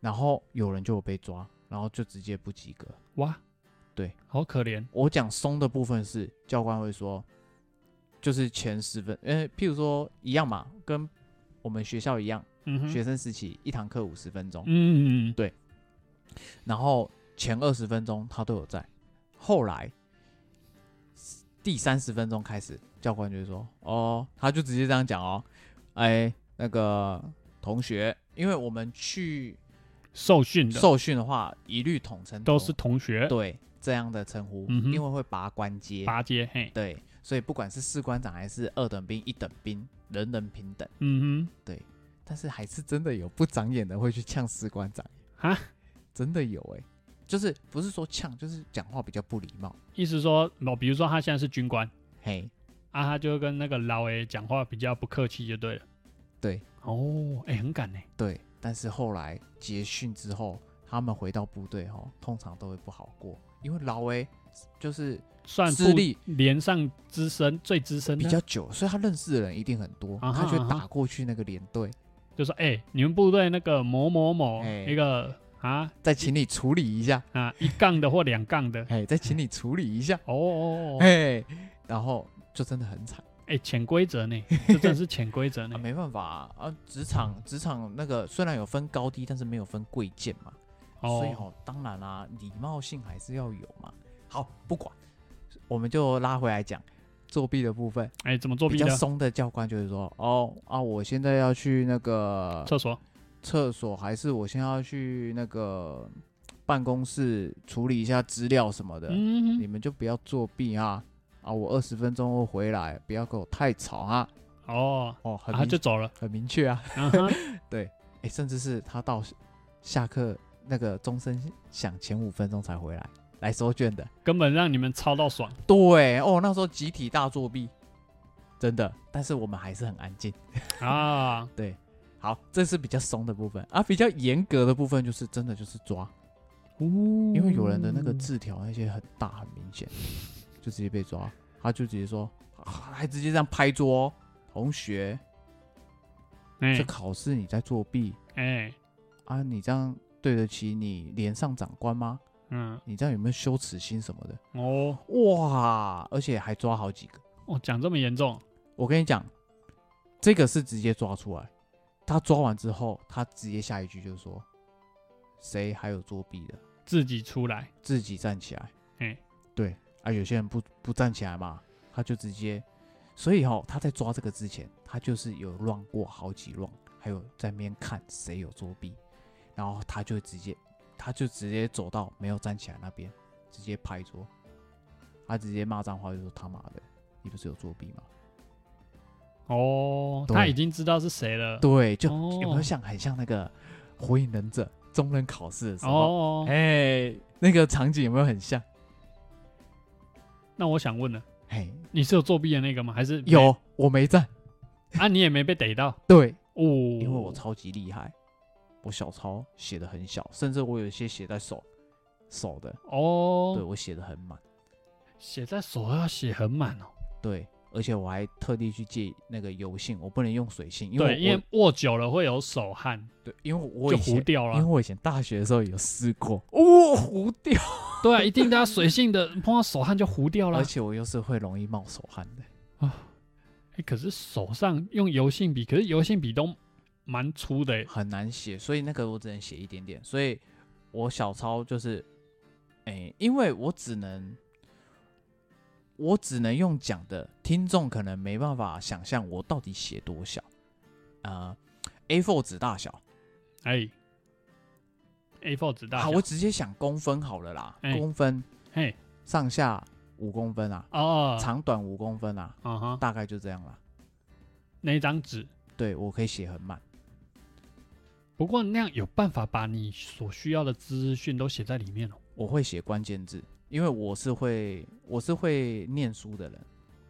Speaker 2: 然后有人就有被抓，然后就直接不及格。
Speaker 1: 哇，
Speaker 2: 对，
Speaker 1: 好可怜。
Speaker 2: 我讲松的部分是教官会说，就是前十分，呃，譬如说一样嘛，跟我们学校一样，
Speaker 1: 嗯哼，
Speaker 2: 学生时期一堂课五十分钟，
Speaker 1: 嗯，嗯嗯
Speaker 2: 然后前二十分钟他都有在，后来第三十分钟开始，教官就会说：“哦，他就直接这样讲哦，哎，那个同学，因为我们去
Speaker 1: 受训的
Speaker 2: 受训的话，一律统称
Speaker 1: 都
Speaker 2: 同
Speaker 1: 是同学
Speaker 2: 对这样的称呼，
Speaker 1: 嗯哼
Speaker 2: 因为会拔官阶，
Speaker 1: 拔街，嘿，
Speaker 2: 对，所以不管是士官长还是二等兵、一等兵，人人平等。
Speaker 1: 嗯
Speaker 2: 但是还是真的有不长眼的会去呛士官长，
Speaker 1: 哈，
Speaker 2: 真的有哎、就是不是说呛，就是讲话比较不礼貌，
Speaker 1: 哼，意思说，哦，比如说他现在是军官
Speaker 2: 嘿，
Speaker 1: 啊，他就跟那个老 A 讲话比较不客气就对了。
Speaker 2: 对
Speaker 1: 哦，哎，很敢呢。
Speaker 2: 对。但是后来结训之后，他们回到部队哦，通常都会不好过，因为老 A 就是
Speaker 1: 算
Speaker 2: 资
Speaker 1: 部
Speaker 2: 历
Speaker 1: 连上资深最资深
Speaker 2: 比
Speaker 1: 的，
Speaker 2: 较久，所以他认识的人一定很多，
Speaker 1: 啊哈
Speaker 2: 他就
Speaker 1: 啊哈
Speaker 2: 打过去那个连队。
Speaker 1: 就说，哎，你们部队那个某某某
Speaker 2: 哎
Speaker 1: 一个啊
Speaker 2: 再请你处理一下，
Speaker 1: 啊一杠的或两杠的，
Speaker 2: 哎，再请你处理一下，
Speaker 1: 哦哦哦，
Speaker 2: 哎，然后就真的很惨
Speaker 1: 哎，潜规则呢，这真的是潜规则
Speaker 2: 啊， [laughs]
Speaker 1: 呢。
Speaker 2: 没办法啊，啊职场职场那个虽然有分高低，但是没有分贵贱嘛，所以
Speaker 1: 哦，
Speaker 2: 哦，当然啦、礼貌性还是要有嘛。好，不管，我们就拉回来讲作弊的部分，
Speaker 1: 哎，怎么作
Speaker 2: 比
Speaker 1: 弊
Speaker 2: 较
Speaker 1: 的？
Speaker 2: 松的教官就是说，哦啊，我现在要去那个
Speaker 1: 厕所
Speaker 2: 厕所，还是我现在要去那个办公室处理一下资料什么的，
Speaker 1: 嗯
Speaker 2: 啊你
Speaker 1: 哼，
Speaker 2: 们就不要作弊啊！啊，我二十分钟后回来，不要给我太吵啊！
Speaker 1: 哦，
Speaker 2: 哦，很
Speaker 1: 啊，他
Speaker 2: 明、
Speaker 1: 就走了。
Speaker 2: 很明确啊！
Speaker 1: 嗯哼，
Speaker 2: [laughs] 哎、甚至是他到下下课那个钟声响前五分钟才回来来收卷的。
Speaker 1: 根本让你们抄到
Speaker 2: [laughs]
Speaker 1: 爽。
Speaker 2: 对哦，那时候集体大作弊，真的。但是我们还是很安静。
Speaker 1: 啊，
Speaker 2: 好，这是比较松的部分啊，比较严格的部分就是真的就是抓，
Speaker 1: 哦，
Speaker 2: 因为有人的那个字条那些很大很明显，就直接被抓，他就直接说，啊、还直接这样拍桌，哦同学，
Speaker 1: 哎
Speaker 2: 这考试你在作弊
Speaker 1: 哎
Speaker 2: 啊，你这样对得起你连上长官吗？
Speaker 1: 嗯
Speaker 2: 你这样有没有羞耻心什么的？
Speaker 1: 哦
Speaker 2: 哇，而且还抓好几个。
Speaker 1: 哦，讲这么严重，
Speaker 2: 我跟你讲，这个是直接抓出来，他抓完之后，他直接下一句就是说，谁还有作弊的，
Speaker 1: 自己出来，
Speaker 2: 自己站起来。
Speaker 1: 嗯，
Speaker 2: 对啊，有些人不不站起来嘛，他就直接，所以哈、他在抓这个之前，他就是有乱过好几乱，还有在那边看谁有作弊，然后他就直接，他就直接走到没有站起来那边，直接拍桌，他直接骂脏话，就说他妈的，你不是有作弊吗？
Speaker 1: 哦，
Speaker 2: 对
Speaker 1: 他已经知道是谁了，
Speaker 2: 对，就
Speaker 1: 哦
Speaker 2: 有没有像很像那个《火影忍者》中忍考试的时候，
Speaker 1: 哦，
Speaker 2: 哎、那个场景有没有很像？
Speaker 1: 那我想问了，
Speaker 2: 嘿，
Speaker 1: 你是有作弊的那个吗？还是没
Speaker 2: 有我没站，
Speaker 1: 啊？你也没被逮到
Speaker 2: 对，
Speaker 1: 哦，
Speaker 2: 因为我超级厉害，我小抄写的很小，甚至我有一些写在手手的，对
Speaker 1: 哦，
Speaker 2: 我写的很满，
Speaker 1: 写在手要写很满哦，
Speaker 2: 对，而且我还特地去借那个油性，我不能用水性，因为我
Speaker 1: 对，因为握久了会有手汗，
Speaker 2: 对，因为我
Speaker 1: 就
Speaker 2: 以前
Speaker 1: 糊掉
Speaker 2: 因为
Speaker 1: 了。
Speaker 2: 我以前大学的时候有试过，哦，糊掉，
Speaker 1: 对啊，一定它水性的碰到手汗就糊掉了
Speaker 2: 而。且我又是会容易冒手汗的。
Speaker 1: 哎，可是手上用油性笔，可是油性笔都蛮粗的欸，
Speaker 2: 很难写，所以那个我只能写一点点，所以我小抄就是，哎、因为我只能，我只能用讲的，听众可能没办法想象我到底写多小，啊、a 4纸大小，
Speaker 1: 哎，A4 纸大
Speaker 2: 好，
Speaker 1: 小，
Speaker 2: 啊我直接想公分好了啦，
Speaker 1: 哎
Speaker 2: 公分
Speaker 1: 嘿，
Speaker 2: 上下五公分啊，
Speaker 1: 哦，
Speaker 2: 长短五公分啊，
Speaker 1: 啊哈，
Speaker 2: 大概就这样啦。
Speaker 1: 那一张纸。
Speaker 2: 对我可以写很满，
Speaker 1: 不过那样有办法把你所需要的资讯都写在里面哦。
Speaker 2: 我会写关键字，因为我是会我是会念书的人，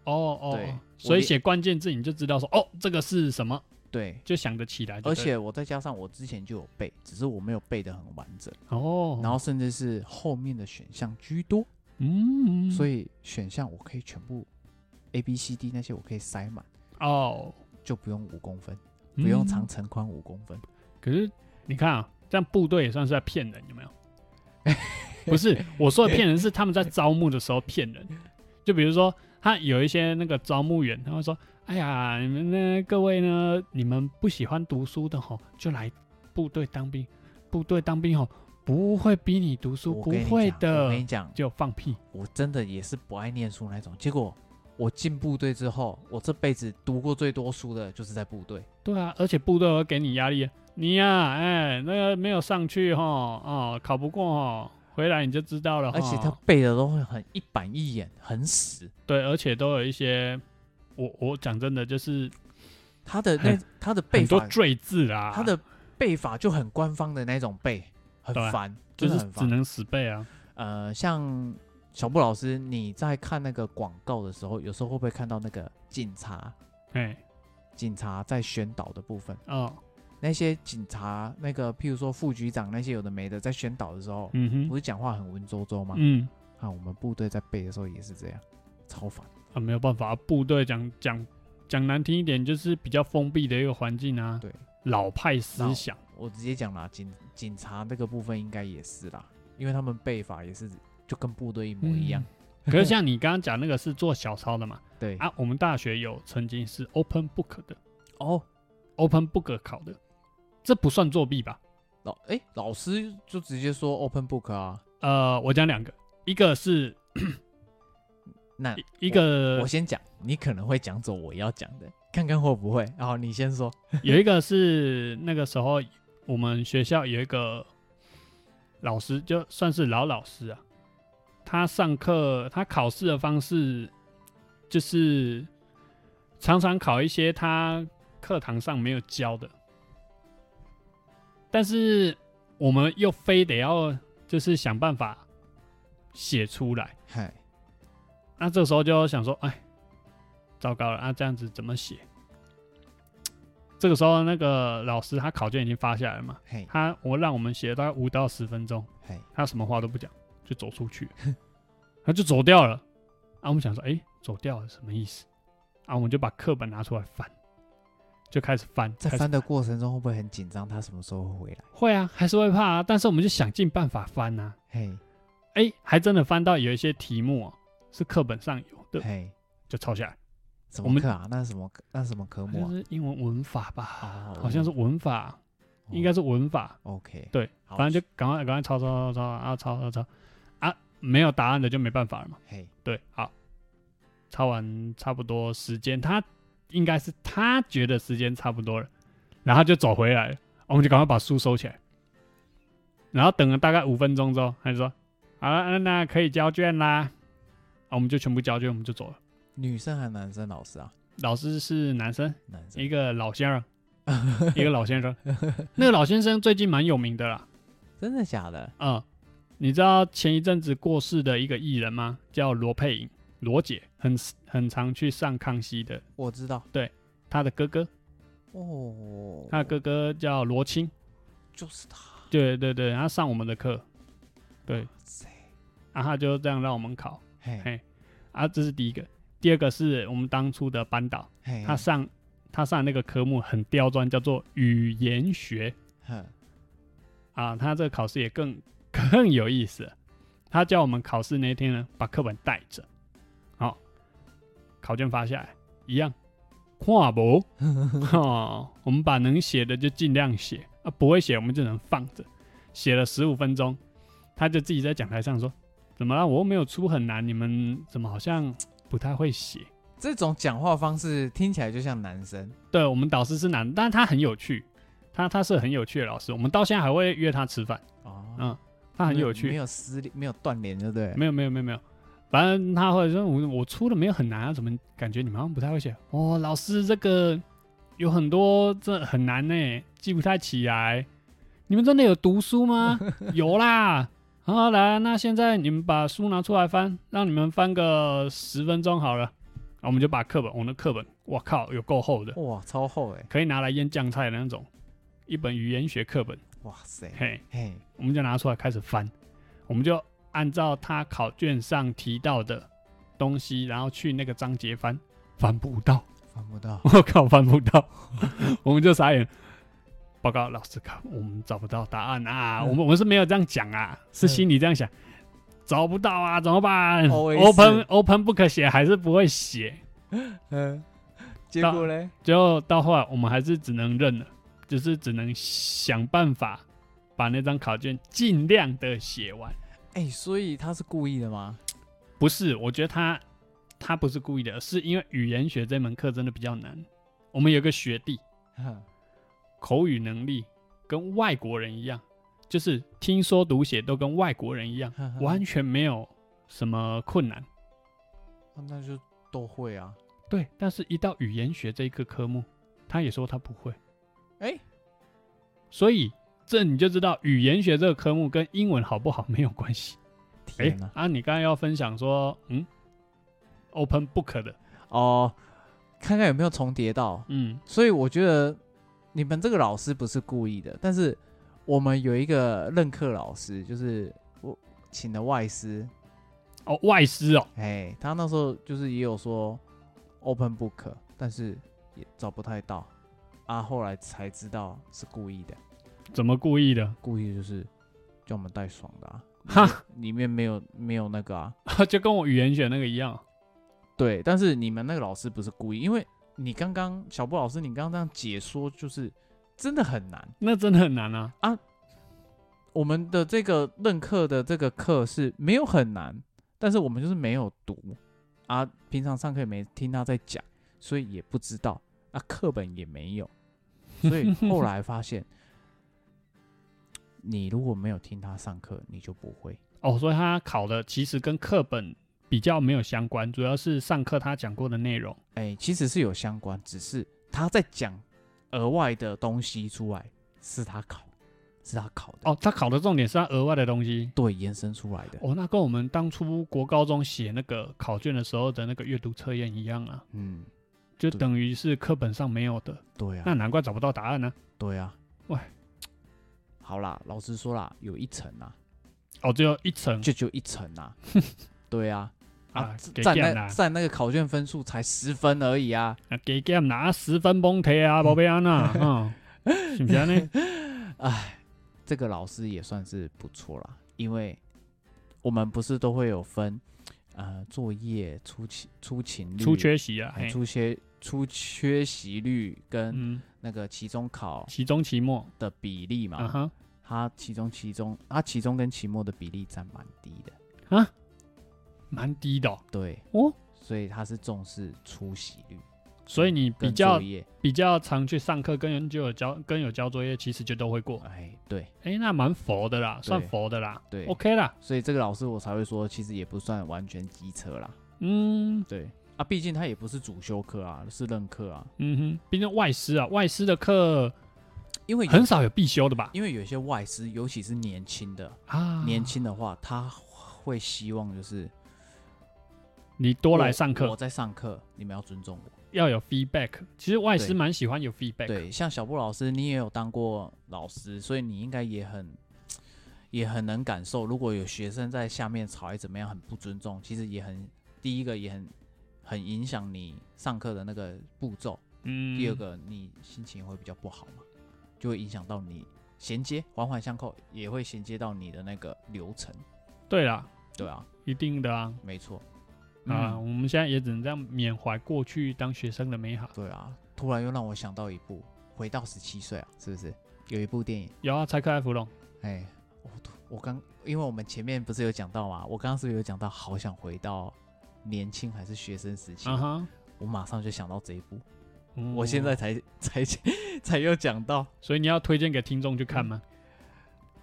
Speaker 1: 哦
Speaker 2: 对
Speaker 1: 哦
Speaker 2: 我，
Speaker 1: 所以
Speaker 2: 连
Speaker 1: 写关键字你就知道说哦，这个是什么，
Speaker 2: 对，
Speaker 1: 就想得起来就
Speaker 2: 而
Speaker 1: 对了。
Speaker 2: 且我再加上我之前就有背，只是我没有背的很完整，
Speaker 1: 哦，
Speaker 2: 然后甚至是后面的选项居多，
Speaker 1: 嗯，
Speaker 2: 所
Speaker 1: 以
Speaker 2: 以选项我可以全部 A B C D 那些我可以塞满，
Speaker 1: 哦，
Speaker 2: 就不用五公分，不
Speaker 1: 嗯
Speaker 2: 用长。城宽五公分。
Speaker 1: 可是你看啊，这样部队也算是在骗人，有没有？
Speaker 2: [laughs]
Speaker 1: 不是，我说的骗人是他们在招募的时候骗人。就比如说，他有一些那个招募员，他会说：“哎呀，你们呢，各位呢，你们不喜欢读书的吼，就来部队当兵。部队当兵吼，不会逼你读书，
Speaker 2: 我
Speaker 1: 不
Speaker 2: 跟你
Speaker 1: 会
Speaker 2: 讲我
Speaker 1: 的
Speaker 2: 跟。你”讲，
Speaker 1: 就放屁。
Speaker 2: 我真的也是不爱念书那种，结果我进部队之后，我这辈子读过最多书的就是在部队。
Speaker 1: 对啊，而且部队会给你压力，啊你呀、哎、那个没有上去哈，哦，考不过哦，回来你就知道了齁。
Speaker 2: 而且他背的都会很一板一眼，很死。
Speaker 1: 对，而且都有一些，我我讲真的，就是
Speaker 2: 他的那
Speaker 1: 很
Speaker 2: 他的背
Speaker 1: 很多
Speaker 2: 法
Speaker 1: 赘字啊，
Speaker 2: 他的背法就很官方的那种背，很
Speaker 1: 对啊
Speaker 2: 烦，
Speaker 1: 就
Speaker 2: 真的
Speaker 1: 是
Speaker 2: 很
Speaker 1: 只
Speaker 2: 烦。
Speaker 1: 能死背啊。
Speaker 2: 呃，像小布老师，你在看那个广告的时候，有时候会不会看到那个警察？
Speaker 1: 哎，
Speaker 2: 警察在宣导的部分，
Speaker 1: 哦，
Speaker 2: 那些警察，那个譬如说副局长那些有的没的，在宣导的时候，
Speaker 1: 嗯
Speaker 2: 不
Speaker 1: 哼，
Speaker 2: 是讲话很文绉绉吗？
Speaker 1: 嗯
Speaker 2: 啊，我们部队在背的时候也是这样，超烦。
Speaker 1: 啊，没有办法，部队讲讲讲难听一点，就是比较封闭的一个环境啊，
Speaker 2: 对，
Speaker 1: 老派思
Speaker 2: 老 [laughs]
Speaker 1: 想，
Speaker 2: 我直接讲啦，警警察那个部分应该也是啦，因为他们背法也是就跟部队一模一样。
Speaker 1: 嗯。可是像你刚刚讲那个是做小抄的嘛？
Speaker 2: 对，
Speaker 1: 啊，我们大学有曾经是 open book 的
Speaker 2: 哦，
Speaker 1: ，open book 考的，这不算作弊吧？
Speaker 2: 老哎、老师就直接说 open book 啊。
Speaker 1: 呃，我讲两个，一个是
Speaker 2: 那
Speaker 1: 一一个
Speaker 2: 我先讲，你可能会讲走我要讲的，看看会不会。然后你先说。
Speaker 1: [laughs] 有一个是那个时候我们学校有一个老师，就算是老老师啊，他上课他考试的方式就是常常考一些他课堂上没有教的，但是我们又非得要就是想办法写出来。
Speaker 2: 嗨，
Speaker 1: 那这时候就想说，哎，糟糕了啊，这样子怎么写？这个时候那个老师他考卷已经发下来了嘛，
Speaker 2: 嘿，
Speaker 1: 他我让我们写大概五到十分钟，
Speaker 2: 嘿，
Speaker 1: 他什么话都不讲，就走出去，他就走掉了。啊，我们想说，哎、走掉了什么意思？啊，我们就把课本拿出来翻，就开始翻，
Speaker 2: 在
Speaker 1: 开始
Speaker 2: 翻的过程中会不会很紧张？他什么时候会回来？
Speaker 1: 会啊，还是会怕啊，但是我们就想尽办法翻啊。
Speaker 2: 嘿，
Speaker 1: 哎、还真的翻到有一些题目、哦、是课本上有的，
Speaker 2: 嘿，
Speaker 1: 就抄下来。
Speaker 2: 什
Speaker 1: 我
Speaker 2: 么
Speaker 1: 们
Speaker 2: 课啊？那是什么？那是什么科目
Speaker 1: 就
Speaker 2: 啊？
Speaker 1: 是英文文法吧，
Speaker 2: 哦
Speaker 1: 好像是文法，应该
Speaker 2: 是
Speaker 1: 是文法。
Speaker 2: OK。
Speaker 1: 对，
Speaker 2: 好，
Speaker 1: 反正就赶快赶快抄抄抄抄啊抄抄抄啊，没有答案的就没办法了嘛。
Speaker 2: 嘿，
Speaker 1: 对，好，抄完差不多时间，他应该是他觉得时间差不多了，然后他就走回来了，我们就赶快把书收起来，然后等了大概五分钟之后，他就说：“好了，那那可以交卷啦。啊”我们就全部交卷，我们就走了。
Speaker 2: 女生还是男生老师啊？
Speaker 1: 老师是男生，
Speaker 2: 男生
Speaker 1: 一。个老先生，一个老先生。那个老先生最近蛮有名的啦，
Speaker 2: 真的假的？
Speaker 1: 嗯，你知道前一阵子过世的一个艺人吗？叫罗佩颖，罗姐，很很常去上康熙的。
Speaker 2: 我知道
Speaker 1: 她的哥哥，
Speaker 2: 哦，
Speaker 1: 她的哥哥叫罗青，
Speaker 2: 就是他。
Speaker 1: 对对对，他上我们的课，对，
Speaker 2: 塞
Speaker 1: 啊，他就这样让我们考，
Speaker 2: 嘿，
Speaker 1: 嘿，啊，这是第一个，第二个是我们当初的班导，
Speaker 2: 嘿，
Speaker 1: 他上他上那个科目很刁钻，叫做语言学，
Speaker 2: 哼
Speaker 1: 啊，他这个考试也更 [laughs] 更有意思了。他叫我们考试那天呢，把课本带着，好、考卷发下来一样，跨博哦，我们把能写的就尽量写啊，不会写我们就能放着。写了十五分钟，他就自己在讲台上说：“怎么了？我又没有出很难，你们怎么好像不太会写
Speaker 2: 这种讲话方式听起来就像男生。？”
Speaker 1: 对我们导师是男，但是他很有趣，他他是很有趣的老师，我们到现在还会约他吃饭，
Speaker 2: 哦，
Speaker 1: 嗯，他很
Speaker 2: 没
Speaker 1: 有趣
Speaker 2: 没。有撕裂，没有断联，对不对？
Speaker 1: 没有没有没有没有，反正他会说我我出的没有很难啊，怎么感觉你们好像不太会写？哦，老师这个有很多这很难呢、记不太起来。你们真的有读书吗？有啦。好，来，那现在你们把书拿出来翻，让你们翻个十分钟好了。啊我们就把课本，我们的课本，我靠，有够厚的，
Speaker 2: 哇，超厚哎！
Speaker 1: 可以拿来腌酱菜的那种，一本语言学课本，
Speaker 2: 哇塞，
Speaker 1: 嘿，
Speaker 2: 嘿，
Speaker 1: 我们就拿出来开始翻，我们就按照他考卷上提到的东西，然后去那个章节翻，翻不到，。
Speaker 2: 翻不到
Speaker 1: [laughs] 我靠，翻不到， [laughs] 我们就傻眼。报告老师，看我们找不到答案啊！
Speaker 2: 嗯
Speaker 1: 我们我们是没有这样讲啊，是心里这样想，找不到啊，怎么办
Speaker 2: OS
Speaker 1: ？Open Open Book 写还是不会写，
Speaker 2: 嗯，结
Speaker 1: 到
Speaker 2: 果嘞，
Speaker 1: 就到后来我们还是只能认了，就是只能想办法把那张考卷尽量的写完。
Speaker 2: 哎，所以他是故意
Speaker 1: [laughs]
Speaker 2: 的吗？
Speaker 1: 不是，我觉得他他不是故意的，是因为语言学这门课真的比较难。我们有个学弟，
Speaker 2: 哼
Speaker 1: 口语能力跟外国人一样，就是听说读写都跟外国人一
Speaker 2: [laughs]
Speaker 1: 样，
Speaker 2: 哼哼
Speaker 1: 完全没有什么困难。
Speaker 2: 哦那就都会啊。
Speaker 1: 对，但是一到语言学这一个科目，他也说他不会，
Speaker 2: 哎，
Speaker 1: 所以这你就知道语言学这个科目跟英文好不好没有关系。哎、
Speaker 2: 天哪！
Speaker 1: 啊，你刚刚要分享说，嗯，open book 的，
Speaker 2: 哦，看看有没有重叠到。
Speaker 1: 嗯，
Speaker 2: 所以我觉得你们这个老师不是故意的，但是我们有一个任课老师，就是我请的外师，
Speaker 1: 哦，外师哦，
Speaker 2: 哎，他那时候就是也有说 open book，但是也找不太到，啊，后来才知道是故意的，
Speaker 1: 怎么故意的？ [laughs]
Speaker 2: 故意就是叫我们带爽的、啊，
Speaker 1: 哈，
Speaker 2: 里面没有没有那个啊，
Speaker 1: 就跟我语言学那个一样。
Speaker 2: 对，但是你们那个老师不是故意，因为你刚刚小布老师，你刚刚这样解说就是真的很难。
Speaker 1: 那真的很难啊。
Speaker 2: 我们的这个任课的这个课是没有很难，但是我们就是没有读啊，平常上课也没听他在讲，所以也不知道啊，课本也没
Speaker 1: [laughs]
Speaker 2: 有，所以后来发现，你如果没有听他上课，你就不会。
Speaker 1: 哦，所以他考的其实跟课本比较没有相关，主要是上课他讲过的内容。
Speaker 2: 哎，其实是有相关，只是他在讲额外的东西出来，是他考，是他考的，
Speaker 1: 哦，他考的重点是他额外的东西。
Speaker 2: 对，延伸出来的。
Speaker 1: 哦，那跟我们当初国高中写那个考卷的时候的那个阅读测验一样啊。
Speaker 2: 嗯，
Speaker 1: 就
Speaker 2: 对
Speaker 1: 等于是课本上没有的，
Speaker 2: 对啊
Speaker 1: 那，难怪找不到答案呢、
Speaker 2: 对啊，
Speaker 1: 喂，
Speaker 2: 好啦，老实说啦，有一层啊，
Speaker 1: 哦，只有一层
Speaker 2: 就就一层
Speaker 1: [laughs]
Speaker 2: 啊，对啊，
Speaker 1: 啊
Speaker 2: 啊，
Speaker 1: 给
Speaker 2: 占
Speaker 1: 点
Speaker 2: 那
Speaker 1: 啦
Speaker 2: 占那个考卷分数才十分而已啊，
Speaker 1: 啊，给 g a 拿十分崩溃啊，宝贝安娜，嗯，
Speaker 2: [laughs]
Speaker 1: 是不是呢？
Speaker 2: 哎，这个老师也算是不错啦，因为我们不是都会有分，呃，作业出勤出勤率、
Speaker 1: 出缺席啊，
Speaker 2: 哎、
Speaker 1: 嘿
Speaker 2: 出缺出缺席率跟
Speaker 1: 嗯，
Speaker 2: 那个期中考
Speaker 1: 期中、期末，
Speaker 2: 的比例嘛，
Speaker 1: 啊哈，
Speaker 2: 它期中期中它期中跟期末的比例占蛮低的，
Speaker 1: 蛮低的哦
Speaker 2: 对，
Speaker 1: 哦，
Speaker 2: 所以它是重视出席率
Speaker 1: 所以你比
Speaker 2: 跟
Speaker 1: 较
Speaker 2: 作业，
Speaker 1: 比较常去上课，跟人就有交跟有交作业，其实就都会过。
Speaker 2: 哎，对
Speaker 1: 哎、那蛮佛的啦，算佛的啦
Speaker 2: 对。
Speaker 1: 哦，OK 啦，
Speaker 2: 所以这个老师我才会说，其实也不算完全机车啦。
Speaker 1: 嗯
Speaker 2: 对啊，毕竟他也不是主修课啊，是任课啊。
Speaker 1: 嗯哼，毕竟外师啊，外师的课
Speaker 2: 因为有
Speaker 1: 很少有必修的吧？
Speaker 2: 因为有一些外师，尤其是年轻的，
Speaker 1: 啊，
Speaker 2: 年轻的话，他会希望就是
Speaker 1: 你多来
Speaker 2: 我
Speaker 1: 上
Speaker 2: 我
Speaker 1: 课
Speaker 2: 在上课，你们要尊重我。
Speaker 1: 要有 feedback。其实外师
Speaker 2: 对
Speaker 1: 蛮喜欢有 feedback，
Speaker 2: 对，像小布老师，你也有当过老师，所以你应该也很也很能感受，如果有学生在下面吵，还怎么样，很不尊重，其实也很第一个也很很影响你上课的那个步骤。
Speaker 1: 嗯，
Speaker 2: 第二个，你心情会比较不好嘛，就会影响到你衔接，环环相扣，也会衔接到你的那个流程。
Speaker 1: 对啦，
Speaker 2: 对啊，
Speaker 1: 一定的啊
Speaker 2: 没错。
Speaker 1: 啊，
Speaker 2: 嗯
Speaker 1: 我们现在也只能这样缅怀过去当学生的美好。
Speaker 2: 对啊，突然又让我想到一部《回到十七岁》啊，是不是？有一部电影，
Speaker 1: 有啊，柴可爱芙蓉，
Speaker 2: 哎，我突我刚，因为我们前面不是有讲到嘛，我刚刚是不是有讲到好想回到年轻还是学生时期？
Speaker 1: 啊哈，
Speaker 2: 我马上就想到这一部，
Speaker 1: 嗯
Speaker 2: 我现在，才才才又讲到。
Speaker 1: 所以你要推荐给听众去看吗？
Speaker 2: 嗯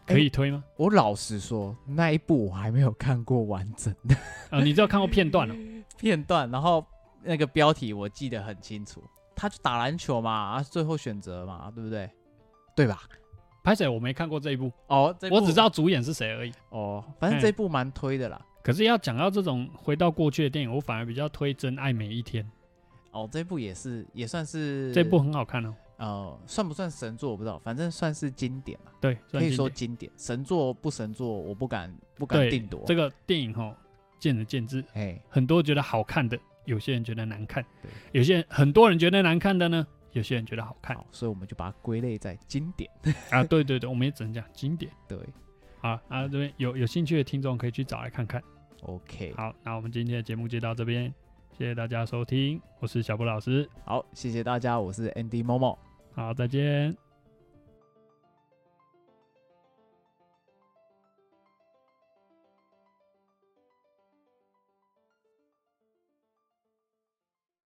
Speaker 1: 可以推吗？
Speaker 2: 我老实说，那一部我还没有看过完整的
Speaker 1: 啊，你只有看过片段了。
Speaker 2: 片段，然后那个标题我记得很清楚，他就打篮球嘛，啊最后选择嘛，对不对？对吧？
Speaker 1: 拍谁？我没看过这一部，
Speaker 2: 哦，这一
Speaker 1: 我
Speaker 2: 部
Speaker 1: 只知道主演是谁而已。
Speaker 2: 哦，反正这一部蛮推的啦。
Speaker 1: 可是要讲到这种回到过去的电影，我反而比较推《真爱每一天》，
Speaker 2: 哦，这部也是也算是
Speaker 1: 这部很好看哦。
Speaker 2: 呃，算不算神作我不知道，反正算是经典嘛，
Speaker 1: 对，
Speaker 2: 可以说
Speaker 1: 算经典
Speaker 2: 经典。神作不神作，我不敢不敢
Speaker 1: 对
Speaker 2: 定夺。
Speaker 1: 这个电影哈，见仁见智，
Speaker 2: 哎，
Speaker 1: 很多觉得好看的，有些人觉得难看
Speaker 2: 对，
Speaker 1: 有些人很多人觉得难看的呢，有些人觉得好看
Speaker 2: 好，所以我们就把它归类在经典。 [laughs]
Speaker 1: 啊。对对对，我们也只能讲经典。
Speaker 2: 对
Speaker 1: 好啊，这边有有兴趣的听众可以去找来看看。
Speaker 2: ，OK，
Speaker 1: 好，那我们今天的节目就到这边，谢谢大家收听，我是小布老师，
Speaker 2: 好，谢谢大家，我是 Andy Momo，
Speaker 1: 好，再见。